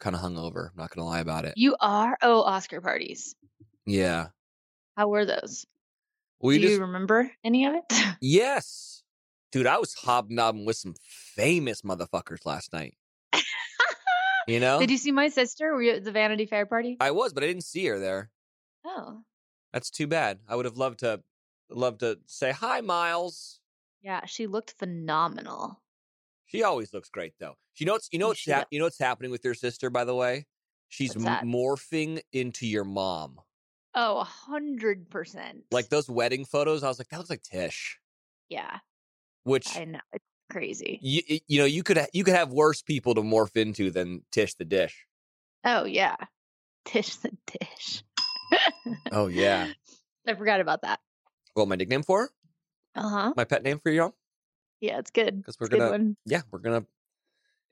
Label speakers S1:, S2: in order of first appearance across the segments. S1: kind of hungover. I'm not gonna lie about it.
S2: You are? Oh, Oscar parties.
S1: Yeah,
S2: How were those?
S1: we
S2: Do
S1: just
S2: you remember any of it?
S1: yes, dude. I was hobnobbing with some famous motherfuckers last night. You know,
S2: Did you see my sister? Were you at the Vanity Fair party?
S1: I was, but I didn't see her there.
S2: oh,
S1: That's too bad. I would have loved to, loved to say hi, Miles.
S2: yeah. She looked phenomenal.
S1: She always looks great, though. You know what's you know what's
S2: She
S1: hap-
S2: does.
S1: you know what's happening with your sister, by the way. She's
S2: What's that?
S1: morphing into your mom.
S2: Oh, a hundred percent.
S1: Like those wedding photos, I was like, that looks like Tish.
S2: yeah,
S1: Which
S2: I know it's crazy.
S1: you, you know you could ha- you could have worse people to morph into than Tish the dish.
S2: Oh yeah, Tish the Dish.
S1: Oh yeah.
S2: I forgot about that.
S1: well, my nickname for her?
S2: Uh huh.
S1: my pet name for you,
S2: Yeah, it's good.
S1: because we're
S2: It's a
S1: gonna
S2: good one.
S1: yeah we're gonna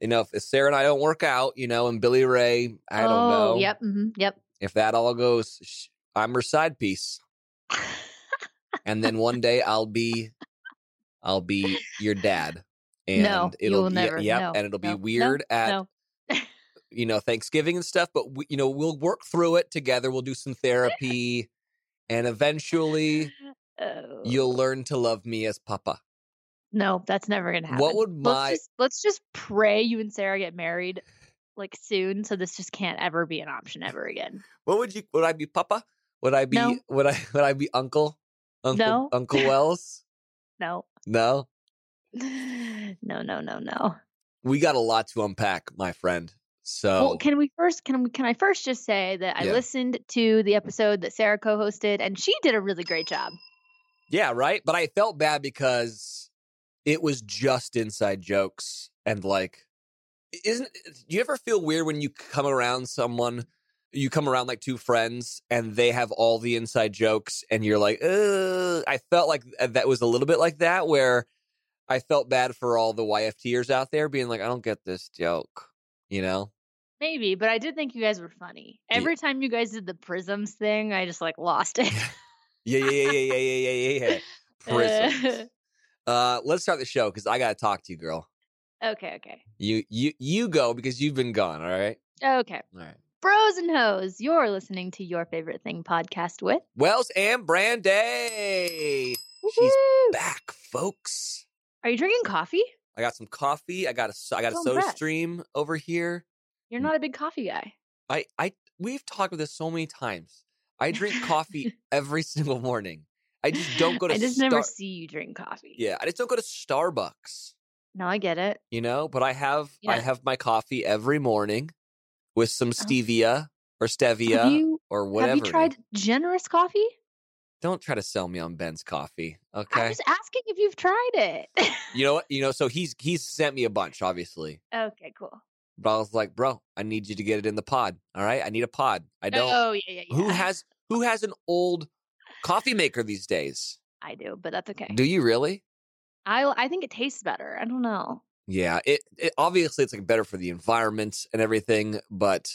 S1: you know if if Sarah and I don't work out, you know, and Billy Ray, I don't
S2: oh,
S1: know.
S2: Yep. mhm, yep.
S1: If that all goes, sh- I'm her side piece. and then one day I'll be I'll be your dad. And
S2: No, you
S1: it'll
S2: will
S1: y-
S2: never.
S1: yep,
S2: No,
S1: and it'll be
S2: no, no,
S1: weird at
S2: no.
S1: you know Thanksgiving and stuff, but we, you know we'll work through it together. We'll do some therapy and eventually
S2: Oh.
S1: you'll learn to love me as papa.
S2: No, that's never gonna happen.
S1: What would my-
S2: let's just, let's just pray you and Sarah get married like soon, so this just can't ever be an option ever again.
S1: What would you would I be papa? Would I be
S2: No.
S1: would I would I be uncle? Uncle
S2: No.
S1: Uncle Wells?
S2: No,
S1: No.
S2: no, no, no, no.
S1: We got a lot to unpack, my friend. So
S2: Well, can we first can we can I first just say that I
S1: Oh. Yeah.
S2: listened to the episode that Sarah co-hosted and she did a really great job.
S1: Yeah, right. But I felt bad because it was just inside jokes and like, isn't? Do you ever feel weird when you come around someone? You come around like two friends and they have all the inside jokes, and you're like, Ugh. I felt like th- that was a little bit like that, where I felt bad for all the YFTers out there being like, I don't get this joke, you know?
S2: Maybe, but I did think you guys were funny.
S1: Yeah.
S2: Every time you guys did the prisms thing, I just like lost it.
S1: Yeah, yeah, yeah, yeah, yeah, yeah, yeah, yeah. Prisons. uh, let's start the show because I gotta talk to you, girl.
S2: okay, okay.
S1: You, you, you go because you've been gone. All right.
S2: Okay.
S1: All right.
S2: Bros and hoes, you're listening to your favorite thing podcast with
S1: Wells and Brandy She's
S2: Woohoo!
S1: back, folks.
S2: Are you drinking coffee?
S1: I got some coffee. I got a s- I got a
S2: So
S1: soda
S2: impressed.
S1: stream over here.
S2: You're
S1: Mm.
S2: not a big coffee guy.
S1: I I we've talked about this so many times. I drink coffee every single morning. I just don't go to.
S2: I just
S1: Star-
S2: never see you drink coffee.
S1: Yeah, I just don't go to Starbucks.
S2: No, I get it.
S1: You know, but I have I
S2: Yeah. Oh.
S1: have my coffee every morning with some stevia or stevia
S2: Have you
S1: or whatever.
S2: have you
S1: it is.
S2: tried generous coffee?
S1: Don't try to sell me on Ben's coffee.
S2: I'm
S1: Okay.
S2: just asking if you've tried it.
S1: You know what? You know, so he's he's sent me a bunch, obviously.
S2: okay, cool.
S1: But I was like, bro, I need you to get it in the pod. All right. I need a pod. I don't
S2: Oh yeah, yeah, yeah.
S1: who has who has an old coffee maker these days?
S2: I do, but that's okay.
S1: Do you really?
S2: I I think it tastes better. I don't know.
S1: Yeah. It, it obviously it's like better for the environment and everything, but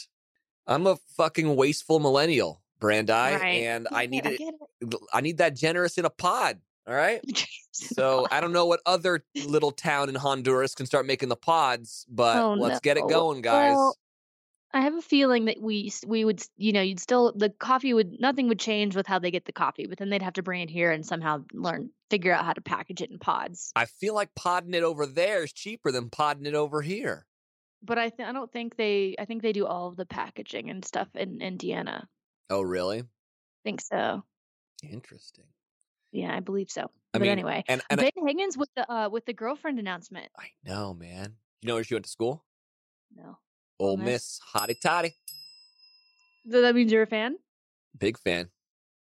S1: I'm a fucking wasteful millennial, Brandi.
S2: Right.
S1: And I
S2: Yeah,
S1: need it
S2: get it.
S1: I need that generous in a pod. All right. So I don't know what other little town in Honduras can start making the pods, but
S2: Oh,
S1: let's get it
S2: no.
S1: going, guys.
S2: Well, I have a feeling that we s- we would s- you know you'd still the coffee would nothing would change with how they get the coffee, but then they'd have to bring it here and somehow learn figure out how to package it in pods.
S1: I feel like podding it over there is cheaper than podding it over here.
S2: But I th- I don't think they I think they do all of the packaging and stuff in Indiana. I
S1: Oh, really?
S2: think so.
S1: Interesting.
S2: Yeah, I believe so.
S1: I
S2: but
S1: mean,
S2: anyway,
S1: And and I,
S2: Ben Higgins with the uh, with the girlfriend announcement.
S1: I know, man. You know where she went to school?
S2: No,
S1: Ole
S2: Ole
S1: Miss, hottie toddy,
S2: so that means you're a fan.
S1: big fan.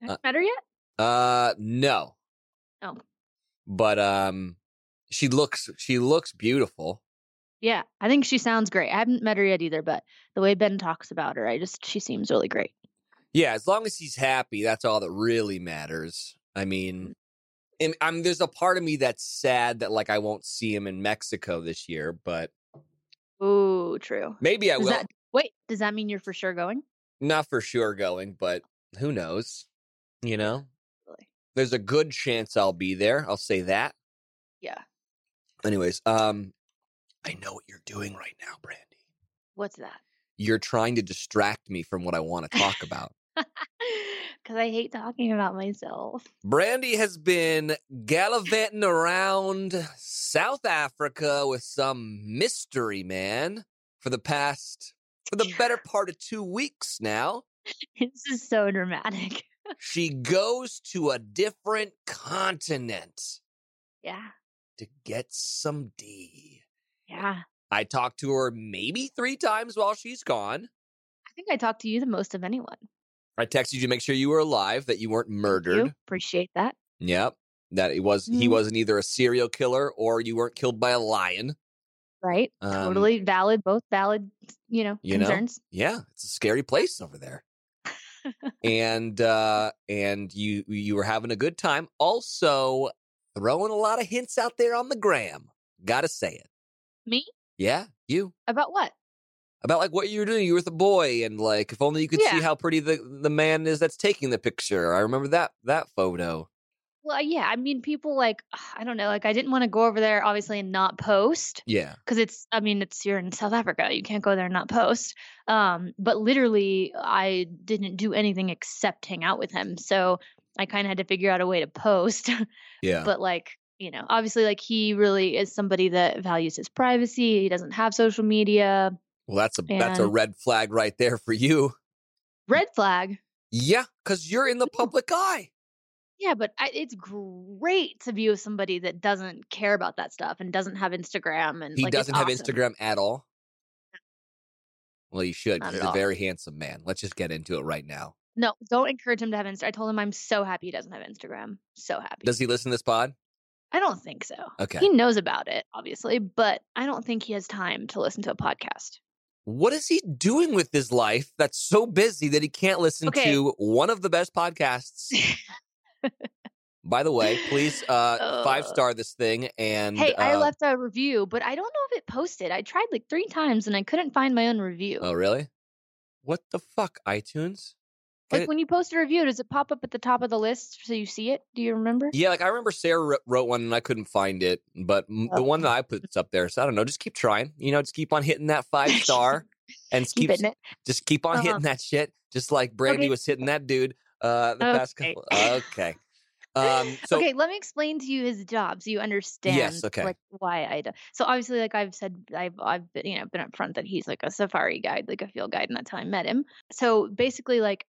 S2: Have
S1: Uh,
S2: you met her yet?
S1: Uh, no.
S2: Oh.
S1: But um, she looks she looks beautiful.
S2: Yeah, I think she sounds great. I haven't met her yet either, but the way Ben talks about her, I just she seems really great.
S1: Yeah, as long as he's happy, that's all that really matters. I mean, and I'm there's a part of me that's sad that like I won't see him in Mexico this year, but
S2: Ooh, true.
S1: maybe I
S2: Does
S1: will.
S2: that wait? Does that mean you're for sure going?
S1: Not for sure going, but who knows? You know,
S2: Really?
S1: there's a good chance I'll be there. I'll say that.
S2: Yeah.
S1: Anyways, um, I know what you're doing right now, Brandy.
S2: What's that?
S1: you're trying to distract me from what I want to talk about.
S2: Because I hate talking about myself.
S1: Brandy has been gallivanting around South Africa with some mystery man for the past, for the better part of two weeks now.
S2: This is so dramatic.
S1: She goes to a different continent
S2: Yeah.
S1: to get some D.
S2: Yeah.
S1: I talked to her maybe three times while she's gone.
S2: I think I talked to you the most of anyone.
S1: I texted you to make sure you were alive, that you weren't
S2: Thank you.
S1: murdered.
S2: Appreciate that.
S1: Yep. That it was he
S2: Mm.
S1: wasn't either a serial killer or you weren't killed by a lion.
S2: Right.
S1: Um,
S2: totally valid. Both valid, you know,
S1: you know?
S2: concerns.
S1: Yeah, it's a scary place over there. and uh and you you were having a good time. Also throwing a lot of hints out there on the gram. Gotta say it.
S2: Me?
S1: Yeah, you.
S2: About what?
S1: About like what you were doing. You were with a boy and like if only you could see
S2: Yeah.
S1: how pretty the the man is that's taking the picture. I remember that that photo.
S2: Well, yeah. I mean, people like, I don't know. Like, I didn't want to go over there, obviously, and not post.
S1: Yeah.
S2: because it's i mean it's you're in south africa you can't go there and not post um but literally i didn't do anything except hang out with him so i kind of had to figure out a way to post
S1: Yeah.
S2: but like you know obviously like he really is somebody that values his privacy he doesn't have social media
S1: well that's a that's a
S2: and-
S1: red flag right there for you.
S2: red flag
S1: Yeah, because you're in the public eye.
S2: yeah but I, it's great to be with somebody that doesn't care about that stuff and doesn't have instagram and
S1: He
S2: like, it's
S1: doesn't have
S2: awesome.
S1: Instagram at all. Well, you should.
S2: Not
S1: 'cause
S2: at
S1: He's a
S2: all.
S1: very handsome man. Let's just get into it right now.
S2: no don't encourage him to have instagram i told him i'm so happy he doesn't have instagram so happy
S1: Does he listen to this pod?
S2: i don't think so
S1: Okay.
S2: He knows about it, obviously, but I don't think he has time to listen to a podcast.
S1: What is he doing with his life that's so busy that he can't listen
S2: Okay.
S1: to one of the best podcasts? By the way, please uh,
S2: Uh.
S1: five star this thing and
S2: hey, I
S1: uh,
S2: left a review, but I don't know if it posted. I tried like three times and I couldn't find my own review.
S1: Oh, really? What the fuck, iTunes? get
S2: like
S1: it-
S2: when you post a review, does it pop up at the top of the list so you see it? Do you remember?
S1: Yeah, like I remember Sarah wr- wrote one and I couldn't find it, but m the
S2: Oh.
S1: one that I put's up there. So I don't know. Just keep trying. You know, just keep on hitting that five star and just keep
S2: Keep it in it.
S1: just keep on
S2: Uh-huh.
S1: hitting that shit, just like Brandy
S2: Okay.
S1: was hitting that dude uh the past
S2: Okay.
S1: couple. Okay. Um. So
S2: okay, let me explain to you his job so you understand
S1: okay.
S2: like why I do. So obviously like I've said I've I've been, you know been upfront that he's like a safari guide, like a field guide and that's how I met him. So basically like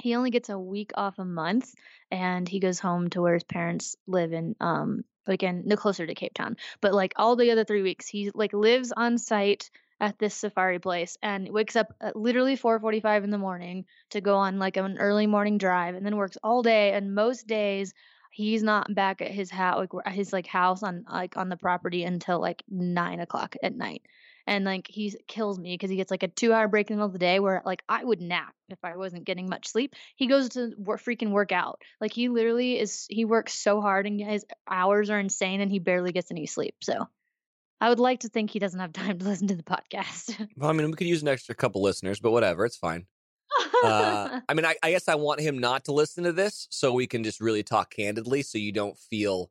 S2: he only gets a week off a month and he goes home to where his parents live in um like in no closer to Cape Town. But like all the other 3 weeks he like lives on site at this safari place and wakes up at literally 4:45 in the morning to go on like an early morning drive and then works all day and most days he's not back at his house like where- his like house on like on the property until like nine o'clock at night and like he kills me because he gets like a two hour break in the middle of the day where like i would nap if i wasn't getting much sleep he goes to work, freaking work out like he literally is he works so hard and his hours are insane and he barely gets any sleep so i would like to think he doesn't have time to listen to the podcast
S1: well, I mean, we could use an extra couple listeners, but whatever, it's fine. Uh, I mean, I, I guess I want him not to listen to this, so we can just really talk candidly, so you don't feel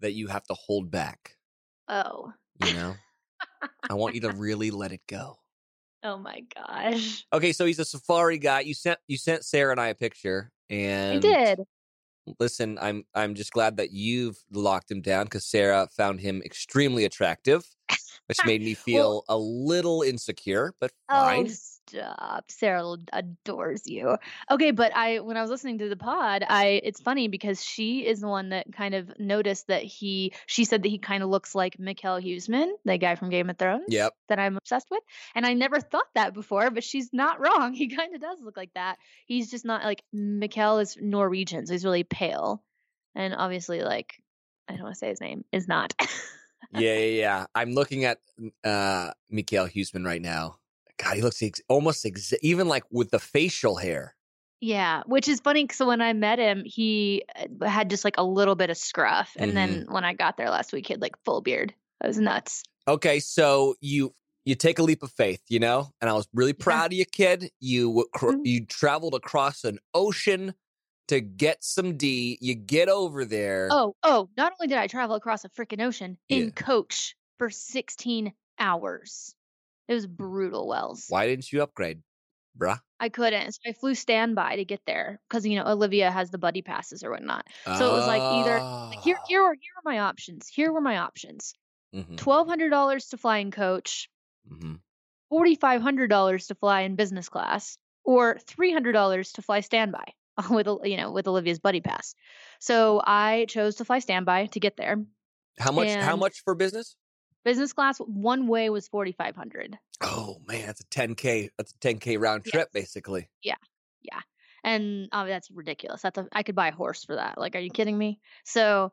S1: that you have to hold back.
S2: oh
S1: You know, I want you to really let it go.
S2: oh my gosh
S1: Okay, so he's a safari guy. You sent you sent Sarah and I a picture, and
S2: i did
S1: listen, I'm I'm just glad that you've locked him down because Sarah found him extremely attractive, which made me feel a little insecure, but
S2: Oh,
S1: fine.
S2: stop. Sarah l- adores you. Okay, but I when I was listening to the pod, I it's funny because she is the one that kind of noticed that he she said that he kind of looks like Mikkel Huseman, the guy from Game of Thrones
S1: Yep.
S2: that I'm obsessed with. And I never thought that before, but she's not wrong. He kind of does look like that. He's just not like Mikkel is Norwegian, so he's really pale. And obviously like I don't want to say his name, is not.
S1: Yeah, yeah, yeah. I'm looking at uh Mikhail Huseman right now. God, he looks ex- almost ex- even like with the facial hair.
S2: Yeah, which is funny. So when I met him, he uh, had just like a little bit of scruff, and
S1: Mhm.
S2: then when I got there last week, he had like full beard. I was nuts.
S1: Okay, so you you take a leap of faith, you know, and I was really
S2: Yeah.
S1: proud of you, kid. You w- cr-
S2: Mhm.
S1: you traveled across an ocean to get some D. You get over there.
S2: Oh, oh! Not only did I travel across a freaking ocean
S1: Yeah.
S2: in coach for sixteen hours. It was brutal, Wells.
S1: Why didn't you upgrade, bruh?
S2: I couldn't. So I flew standby to get there because you know Olivia has the buddy passes or whatnot. So it was like either like, here,
S1: Ah.
S2: here were here were my options. Here were my options:
S1: Mhm,
S2: twelve hundred dollars to fly in coach,
S1: mhm.
S2: forty five hundred dollars to fly in business class, or three hundred dollars to fly standby with Ol- you know with Olivia's buddy pass. So I chose to fly standby to get there.
S1: How much? How
S2: And-
S1: much for business?
S2: Business class one way was forty five hundred.
S1: Oh man, that's a 10k. That's a 10k round
S2: Yes.
S1: trip, basically.
S2: and oh, that's ridiculous. That's a, I could buy a horse for that. Like, are you kidding me? So,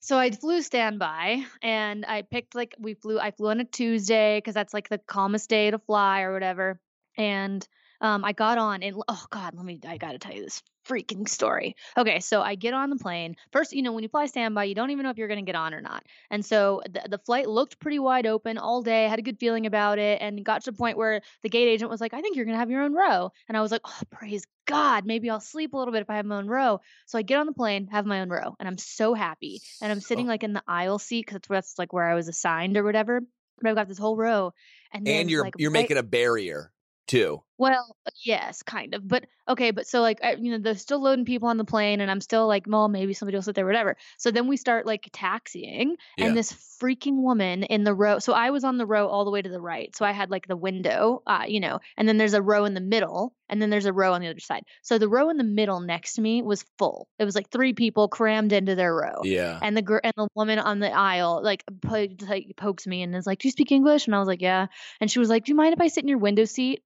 S2: so I flew standby, and I picked like we flew. I flew on a Tuesday because that's like the calmest day to fly or whatever. And um, I got on, and oh god, let me. I gotta tell you this freaking story. Okay, so I get on the plane first. You know, when you fly standby, you don't even know if you're gonna get on or not. And so the, the flight looked pretty wide open all day. Had a good feeling about it, and got to the point where the gate agent was like, "I think you're gonna have your own row." And I was like, "Oh, praise God! Maybe I'll sleep a little bit if I have my own row." So I get on the plane, have my own row, and I'm so happy. And I'm sitting
S1: So-
S2: like in the aisle seat because that's like where I was assigned or whatever. But I've got this whole row, and then,
S1: And you're
S2: like,
S1: you're
S2: right-
S1: making a barrier too.
S2: well, uh, yes, kind of. But okay, but so like I, you know, they're still loading people on the plane, and I'm still like, well, maybe somebody will sit there, whatever. So then we start like taxiing,
S1: Yeah.
S2: and this freaking woman in the row. So I was on the row all the way to the right, so I had like the window, uh, you know, and then there's a row in the middle, and then there's a row on the other side. So the row in the middle next to me was full. It was like three people crammed into their row
S1: Yeah.
S2: and the girl and the woman on the aisle like, po- like pokes me and is like, "Do you speak English?" And I was like, "Yeah." And she was like, "Do you mind if I sit in your window seat?"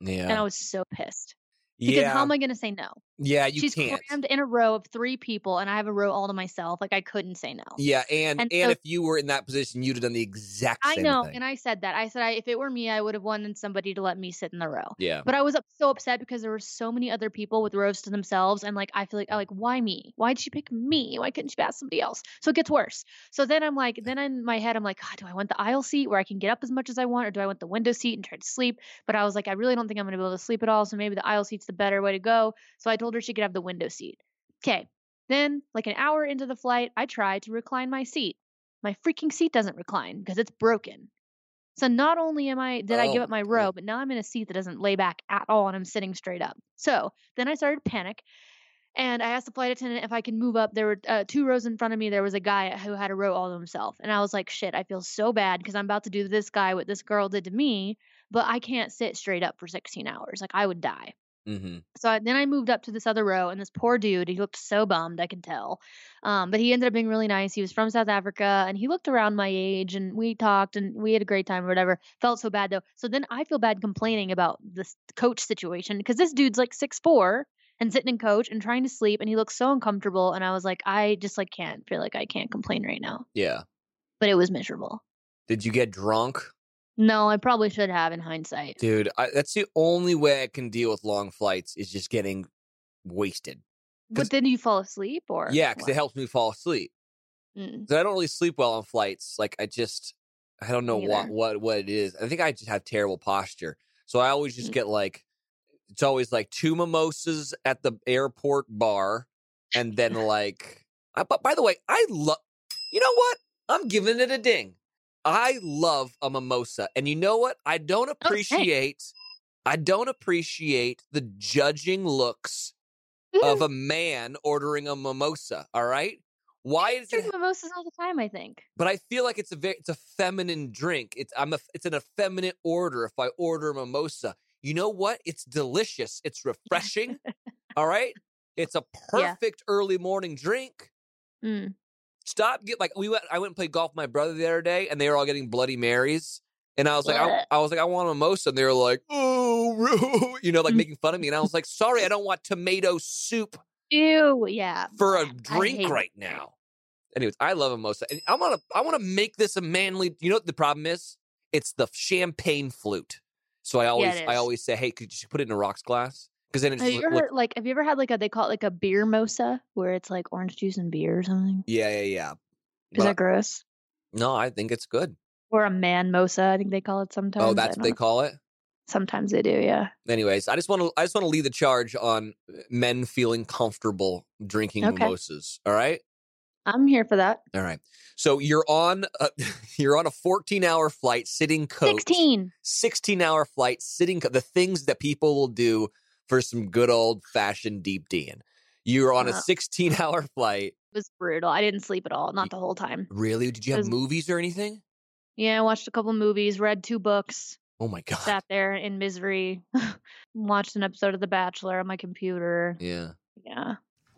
S1: Yeah.
S2: And I was so pissed because
S1: yeah.
S2: how am I going to say no?
S1: yeah. You
S2: She's
S1: can't.
S2: crammed in a row of three people, and I have a row all to myself. Like I couldn't say no.
S1: Yeah, and and,
S2: And so-
S1: if you were in that position, you'd have done the exact
S2: I
S1: same
S2: know,
S1: thing.
S2: and I said that. I said I, if it were me, I would have wanted somebody to let me sit in the row.
S1: yeah,
S2: But I was up, so upset because there were so many other people with rows to themselves, and like I feel like, oh, like why me? Why did she pick me? Why couldn't she ask somebody else? So it gets worse. So then I'm like, then in my head, I'm like, God, do I want the aisle seat where I can get up as much as I want, or do I want the window seat and try to sleep? But I was like, I really don't think I'm going to be able to sleep at all. So maybe the aisle seat's the better way to go. So I told her she could have the window seat. Okay. Then, like an hour into the flight, I tried to recline my seat. My freaking seat doesn't recline because it's broken. So not only am I did I
S1: Oh
S2: give up
S1: my
S2: my
S1: God.
S2: row, but now I'm in a seat that doesn't lay back at all and I'm sitting straight up. So then I started to panic and I asked the flight attendant if I could move up. There were uh, two rows in front of me. There was a guy who had a row all to himself. And I was like, shit, I feel so bad because I'm about to do to this guy what this girl did to me, but I can't sit straight up for 16 hours. Like I would die.
S1: hmm
S2: So I, then I moved up to this other row, and this poor dude, he looked so bummed, I could tell. Um, but he ended up being really nice. He was from South Africa, and he looked around my age, and we talked, and we had a great time or whatever. Felt so bad though. So then I feel bad complaining about this coach situation because this dude's like six four and sitting in coach and trying to sleep, and he looks so uncomfortable. And I was like, I just like can't feel like I can't complain right now.
S1: yeah.
S2: But it was miserable.
S1: Did you get drunk,
S2: No, I probably should have in hindsight.
S1: dude? I, that's the only way I can deal with long flights is just getting wasted. 'Cause-
S2: But then you fall asleep, or
S1: Yeah, because
S2: what?
S1: it helps me fall asleep.
S2: Mm.
S1: 'Cause I don't really sleep well on flights. Like I just, I don't know
S2: Me
S1: what
S2: either.
S1: what what it is. I think I just have terrible posture, so I always just
S2: Mm.
S1: get like, it's always like two mimosas at the airport bar, and then like. I, but by the way, I love. You know what? I'm giving it a ding. I love a mimosa, and you know what? I
S2: Oh,
S1: don't appreciate. I don't appreciate the judging looks of a man ordering a mimosa. All right, why is it?
S2: drink mimosas all the time. I think.
S1: But I feel like it's a very, it's a feminine drink. It's I'm a it's an effeminate order if I order a mimosa. You know what? It's delicious. It's refreshing. all right, it's a
S2: Yeah.
S1: perfect early morning drink.
S2: Mm.
S1: stop get like we went I went and played golf with my brother the other day and they were all getting bloody marys and I was like I,
S2: Blech.
S1: I was like I want a mimosa and they were like oh you know like
S2: Mm.
S1: making fun of me and I was like sorry I don't want tomato soup
S2: Ew. Yeah.
S1: for a
S2: hate
S1: drink
S2: it.
S1: right now. Anyways, I love mimosa and I want to I want to make this a manly you know what the problem is? It's the champagne flute. So I always
S2: it
S1: I
S2: is.
S1: always say hey could you put it in a rocks glass? Cuz then it
S2: Have
S1: just
S2: you
S1: look-
S2: ever
S1: look-
S2: heard, like Have you ever had like a they call it like a beer mosa where it's like orange juice and beer or something?
S1: yeah yeah yeah.
S2: Is
S1: But I-
S2: that gross?
S1: no, I think it's good.
S2: Or a man mosa? I think they call it sometimes.
S1: Oh,
S2: I
S1: that's what
S2: don't
S1: they
S2: know.
S1: call it.
S2: Sometimes they do. Yeah.
S1: anyways, I just want to I just want to lead the charge on men feeling uh, comfortable drinking
S2: Okay.
S1: mimosas. All right,
S2: I'm here for that.
S1: All right. So you're on a, you're on a 14 hour flight sitting coach.
S2: 16.
S1: 16 hour flight sitting co- the things that people will do for some good old fashioned deep D'ing. You're on a
S2: Wow.
S1: 16 hour flight.
S2: It was brutal. I didn't sleep at all, not the whole time.
S1: Really? Did you have
S2: Does-
S1: movies or anything?
S2: Yeah, I watched a couple movies, read two books,
S1: Oh my god.
S2: sat there in misery, watched an episode of The Bachelor on my computer.
S1: yeah.
S2: Yeah.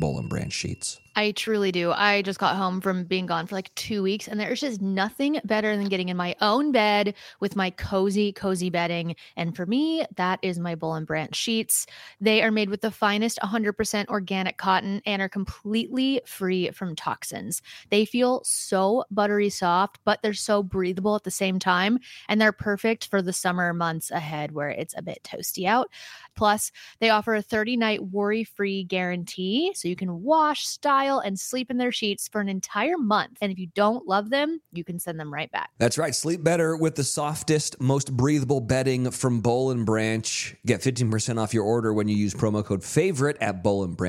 S3: Bowl and Branch sheets.
S4: I truly do. I just got home from being gone for like two weeks, and there's just nothing better than getting in my own bed with my cozy, cozy bedding. And for me, that is my Bull and Branch sheets. They are made with the finest 100% organic cotton and are completely free from toxins. They feel so buttery soft, but they're so breathable at the same time, and they're perfect for the summer months ahead where it's a bit toasty out. Plus, they offer a 30 night worry free guarantee, so you can wash, style, and sleep in their sheets for an entire month. And if you don't love them, you can send them right back.
S3: That's right. Sleep better with the softest, most breathable bedding from Bowl and Branch. Get 15% off your order when you use promo code favorite at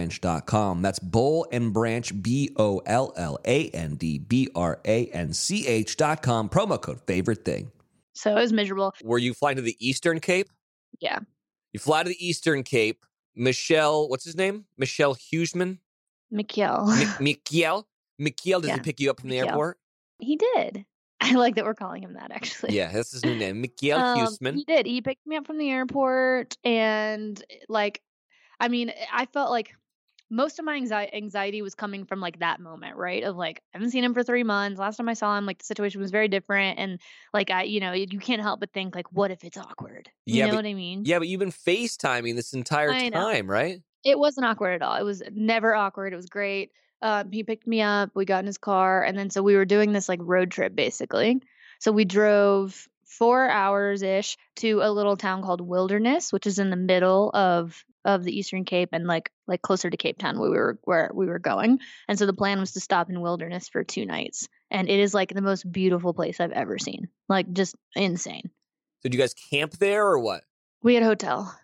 S3: bowlandbranch.com. That's Bowl and Branch, B O L L A N D B R A N C H.com. Promo code favorite thing.
S2: So it was miserable.
S1: Were you flying to the Eastern Cape?
S2: Yeah.
S1: You fly to the Eastern Cape. Michelle, what's his name? Michelle Hughesman?
S2: Mikhail.
S1: Mi- Mikiel? Mikiel, does he
S2: Yeah.
S1: pick you up from the
S2: Mikiel.
S1: airport?
S2: he did. I like that we're calling him that actually.
S1: Yeah, that's his new name. Mikiel
S2: Um,
S1: Hughesman.
S2: He did. He picked me up from the airport, and eh, like, I mean, eh, I felt like most of my anxi- anxiety was coming from like that moment, right? Of like, I haven't seen him for three months. Last time I saw him, like the situation was very different, and like I, you know, you can't help but think like, what if it's awkward? You
S1: Yeah,
S2: know
S1: but-
S2: what I mean?
S1: Yeah, but you've been FaceTiming this entire
S2: I know.
S1: time, right?
S2: It wasn't awkward at all. It was never awkward. It was great. Um, he picked me up. We got in his car, and then so we were doing this like road trip basically. So we drove four hours ish to a little town called Wilderness, which is in the middle of of the Eastern Cape and like like closer to Cape Town where we were where we were going. And so the plan was to stop in Wilderness for two nights, and it is like the most beautiful place I've ever seen. Like just insane.
S1: So did you guys camp there or what?
S2: We had a hotel.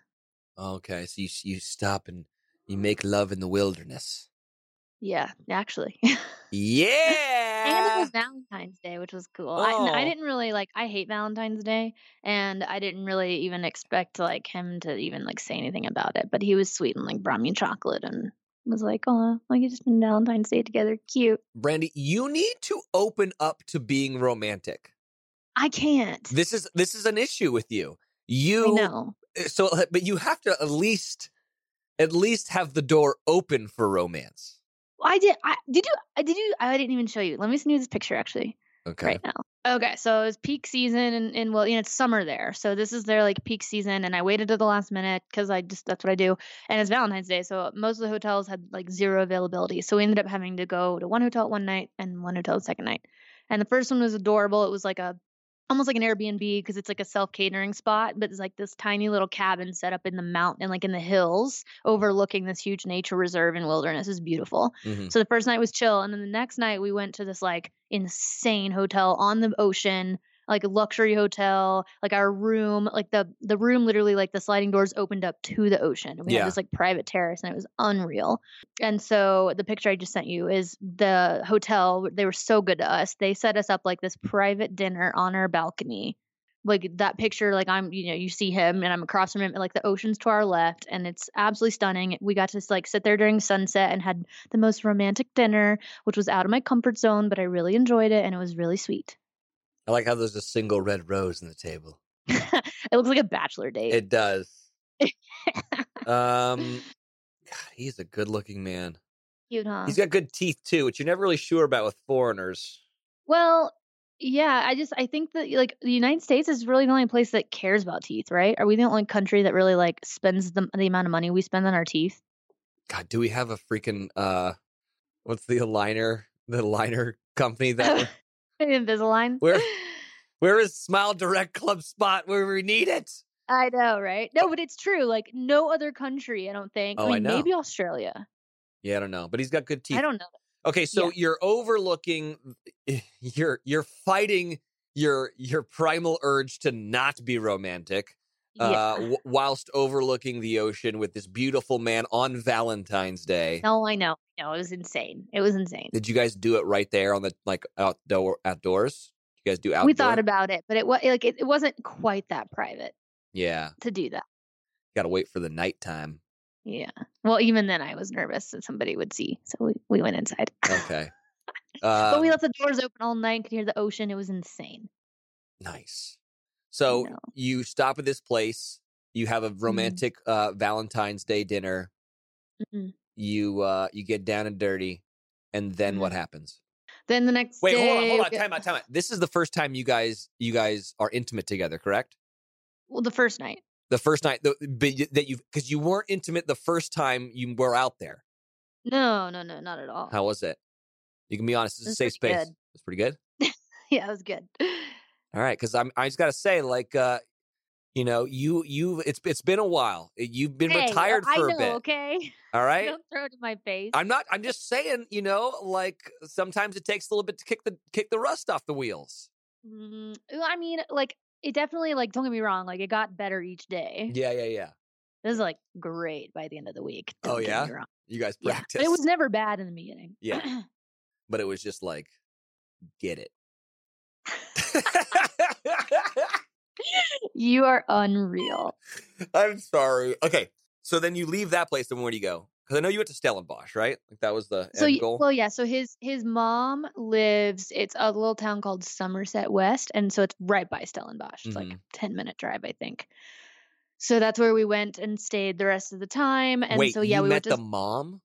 S1: Okay, so you you stop and you make love in the wilderness.
S2: Yeah, actually. And it
S1: Yeah.
S2: was Valentine's Day, which was cool. I, and I
S1: Uh Oh.
S2: didn't really like. I hate Valentine's Day, and I didn't really even expect like him to even like say anything about it. But he was sweet and like brought me chocolate and was like, "Oh, like you just spend Valentine's Day together, cute."
S1: Brandy, you need to open up to being romantic.
S2: I can't.
S1: This is this is an issue with you.
S2: I
S1: You eh,
S2: know.
S1: so but you have to at least at least have the door open for romance.
S2: I did. I did you. I did you. I didn't even show you. Let me send you this picture actually.
S1: Okay.
S2: right now. Okay, so it's peak season, and, and well, you know, it's summer there, so this is their like peak season, and I waited to the last minute because I just that's what I do, and it's Valentine's Day, so most of the hotels had like zero availability, so we ended up having to go to one hotel one night and one hotel the second night, and the first one was adorable. It was like a almost like an Airbnb because it's like a self catering spot, but it's like this tiny little cabin set up in the mountain, like in the hills, overlooking this huge nature reserve and wilderness. is beautiful.
S1: Mhm.
S2: So the first night was chill, and then the next night we went to this like insane hotel on the ocean, like a luxury hotel. Like our room, like the the room literally like the sliding doors opened up to the ocean. And we
S1: Yeah.
S2: had this like private terrace, and it was unreal. And so the picture I just sent you is the hotel. They were so good to us. They set us up like this private dinner on our balcony. Like that picture, like I'm, you know, you see him and I'm across from him, and like the ocean's to our left, and it's absolutely stunning. We got to like sit there during sunset and had the most romantic dinner, which was out of my comfort zone, but I really enjoyed it and it was really sweet.
S1: I like how there's a single red rose in the table.
S2: it looks like a bachelor date.
S1: It does. Um God, he's a good-looking man.
S2: Cute, huh?
S1: He's got good teeth too, which you're never really sure about with foreigners.
S2: well, yeah, I just I think that like the United States is really the only place that cares about teeth, right? Are we the only country that really like spends the the amount of money we spend on our teeth?
S1: God, do we have a freaking uh what's the aligner the aligner company that
S2: Invisalign.
S1: We're- Where is Smile Direct Club spot where we need it?
S2: I know, right? No, but it's true. Like no other country, I don't think.
S1: Oh, I
S2: I mean,
S1: know.
S2: maybe Australia.
S1: Yeah, I don't know, but he's got good teeth.
S2: I don't know.
S1: Okay, so
S2: Yeah.
S1: you're overlooking you're you're fighting your your primal urge to not be romantic uh
S2: yeah.
S1: w- whilst overlooking the ocean with this beautiful man on Valentine's Day.
S2: No, I know. No, it was insane. It was insane.
S1: Did you guys do it right there on the like outdoor outdoors? You guys do outdoor?
S2: We thought about it, but it was like it, it wasn't quite that private
S1: Yeah,
S2: to do that.
S1: got to wait for the nighttime.
S2: Yeah. Well, even then, I was nervous that somebody would see, so we, we went inside.
S1: Okay.
S2: but we
S1: Um,
S2: left the doors open all night. Could hear the ocean. It was insane.
S1: Nice. So
S2: know. Mm-hmm.
S1: you stop at this place. You have a romantic uh, Valentine's Day dinner.
S2: Mhm.
S1: You uh, you get down and dirty, and then
S2: Mm-hmm.
S1: what happens?
S2: Then the next
S1: Wait,
S2: day,
S1: hold on, hold
S2: we
S1: on,
S2: got-
S1: time out, time out. This is the first time you guys you guys are intimate together, correct?
S2: Well, the first night.
S1: The first night the, but you- that you because you weren't intimate the first time you were out there.
S2: No, no, no, not at all.
S1: How was it? You can be honest. It's
S2: It
S1: a
S2: was
S1: safe
S2: pretty
S1: space.
S2: good.
S1: It's pretty good.
S2: yeah, it was good.
S1: All right, because I'm I just gotta say, like, uh, you know, you you it's it's been a while. Eh, You've been
S2: Hey,
S1: retired
S2: I
S1: for
S2: know,
S1: a bit.
S2: Okay,
S1: All right.
S2: don't throw it in my face.
S1: I'm not. I'm just saying. You know, like sometimes it takes a little bit to kick the kick the rust off the wheels.
S2: Mm, well, I mean, like it definitely like don't get me wrong, like it got better each day.
S1: Yeah, yeah, yeah.
S2: This is like great by the end of the week.
S1: Oh,
S2: don't get
S1: yeah?
S2: me wrong.
S1: You guys
S2: yeah.
S1: practiced,
S2: But it was never bad in the beginning.
S1: Yeah. but it was just like, get it.
S2: you are unreal.
S1: I'm sorry. Okay, so then you leave that place, and where do you go? Because I know you went to Stellenbosch, right? Like that was the
S2: So
S1: end
S2: y-
S1: goal.
S2: well, yeah. So his his mom lives. It's a little town called Somerset West, and so it's right by Stellenbosch. It's like
S1: Mhm.
S2: a ten minute drive, I think. So that's where we went and stayed the rest of the time. And
S1: Wait,
S2: so yeah,
S1: you
S2: we
S1: met
S2: went to
S1: the mom.